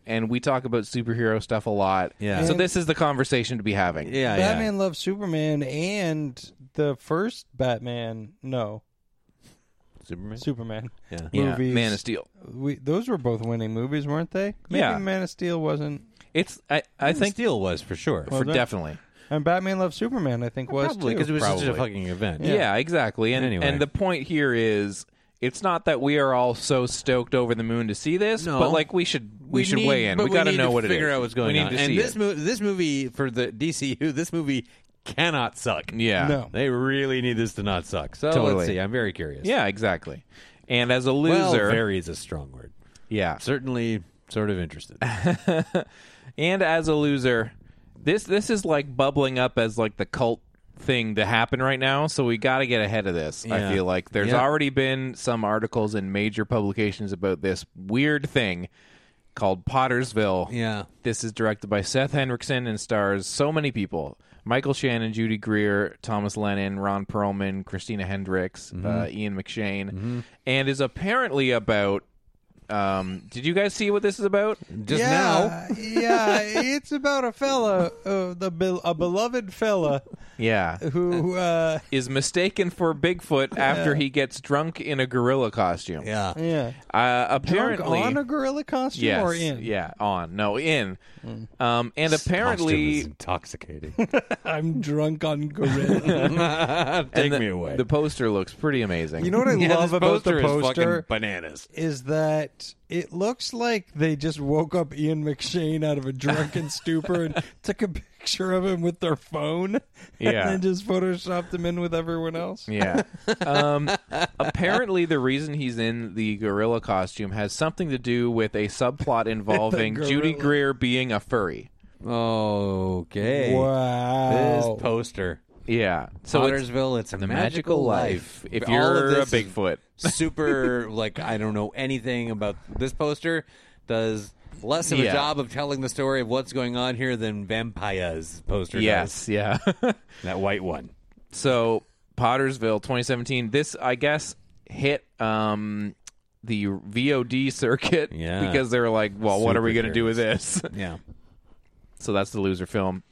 A: and we talk about superhero stuff a lot.
C: Yeah.
A: So
C: And-
A: this is the conversation to be having.
C: yeah, yeah.
B: Batman loves Superman and the first Batman. No,
C: Superman.
B: Superman.
C: Yeah.
A: Yeah,
B: Movies.
A: Man of Steel.
B: We, those were both winning movies, weren't they? Maybe
A: Yeah.
B: Man of Steel wasn't.
A: It's I I
C: I think
A: think
C: Steel was for sure.
A: for
B: that?
A: definitely.
B: And Batman Loves Superman, I think, was
C: Probably
B: too.
C: because it was such a
A: Probably.
C: fucking event.
A: Yeah, exactly. And
C: Anyway.
A: and the point here is it's not that we are all so stoked over the moon to see this,
C: No.
A: but like we should we, should
C: need-
A: weigh in.
C: but
A: We got
C: need
A: know what it is.
C: Figure out what's going
A: we need
C: on.
A: to
C: and
A: see
C: this
A: it.
C: movie, this movie for the DCU, this movie cannot suck.
A: Yeah.
B: No.
C: They really need this to not suck. So
A: Totally.
C: let's see. I'm very curious.
A: Yeah, exactly. And as a
C: Well,
A: loser,
C: very is a strong word.
A: yeah.
C: Certainly, sort of interested.
A: And as a loser, this this is like bubbling up as like the cult thing to happen right now so we got to get ahead of this i
C: Yeah.
A: feel like there's
C: Yeah.
A: already been some articles in major publications about this weird thing called pottersville
C: yeah.
A: This is directed by Seth Henriksen and stars so many people: Michael Shannon, Judy Greer, Thomas Lennon, Ron Perlman, Christina Hendricks,
B: Mm-hmm.
A: uh, Ian McShane, and is apparently about. Um, did you guys see what this is about?
C: Just
B: yeah, yeah, it's about a fella, uh, the bel a beloved fella
A: Yeah,
B: who uh,
A: is mistaken for Bigfoot after he gets drunk in a gorilla costume.
C: now. Yeah.
B: yeah,
A: Uh,
B: drunk
A: apparently,
B: on a gorilla costume
A: yes,
B: or in. Mm.
A: yeah, on no in. Um, and apparently,
C: Costume is intoxicating.
B: I'm drunk on gorilla.
C: Take
A: the,
C: me away.
A: the poster looks pretty amazing.
B: you know what I
C: Yeah,
B: love
C: this
B: about the
C: is fucking
B: poster
C: bananas.
B: is that it looks like they just woke up Ian McShane out of a drunken stupor and took a picture of him with their phone,
A: Yeah.
B: and then just photoshopped him in with everyone else.
A: Yeah. um, apparently, the reason he's in the gorilla costume has something to do with a subplot involving Judy
B: gorilla.
A: Greer being a furry.
C: Okay. This
B: Wow,
C: poster.
A: Yeah. So it's
C: Pottersville, it's, a
A: the magical life. If you're a Bigfoot.
C: super, like, I don't know anything about this poster, does less of
A: Yeah.
C: a job of telling the story of what's going on here than Vampire's poster
A: Yes. Yeah.
C: does. That white one.
A: so Pottersville 2017. This, I guess, hit um, the VOD circuit
C: Yeah.
A: because they were like, well, what are we
C: Super
A: going to do with this?
C: Yeah.
A: so that's the loser film.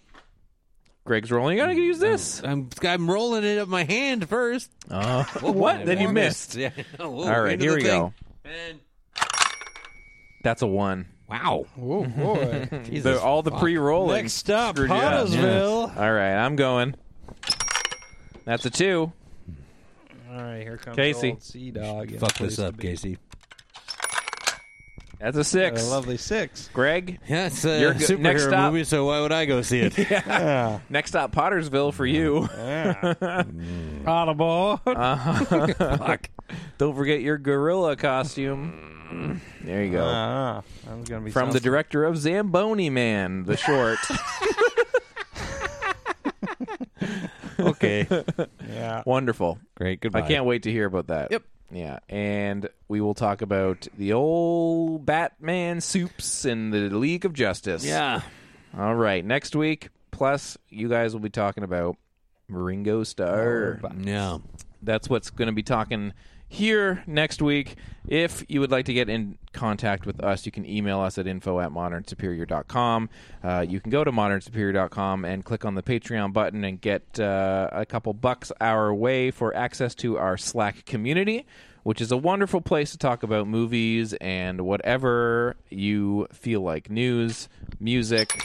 A: Greg's rolling. You got to use this.
C: I'm, I'm rolling it up my hand first.
A: Uh, what? Then you missed.
C: Yeah.
A: All right, here we go. That's a one.
C: Wow.
B: oh boy.
A: The- all the pre-rolling.
B: Next up,
A: screwed you up.
B: Pottersville.
A: All right, I'm going. That's a two.
B: All right, here comes
A: Casey.
B: Sea Dog.
C: Fuck this up, Casey.
A: That's a six.
B: A lovely six.
A: Greg.
C: Yeah, it's a
A: You're good.
C: superhero
A: Next stop.
C: movie, so why would I go see it?
B: Ah.
A: Next stop, Pottersville for you. Mm.
B: Audible.
A: Uh-huh. Fuck. Don't forget your gorilla costume. There you go.
B: Ah, I'm gonna be
A: From the director of Zamboni Man, the short.
C: okay.
B: yeah.
A: Wonderful.
C: Great. Goodbye.
A: I can't wait to hear about that. Yep. Yeah, and we will talk about the old Batman soups and the League of Justice.
C: Yeah.
A: All right, next week. Plus, you guys will be talking about Ringo Starr.
C: Oh, Yeah.
A: That's what's going to be talking here next week. If you would like to get in contact with us, you can email us at info at modernsuperior.com. Uh, you can go to modernsuperior.com and click on the Patreon button and get uh, a couple bucks our way for access to our Slack community. Which is a wonderful place to talk about movies and whatever you feel like news, music.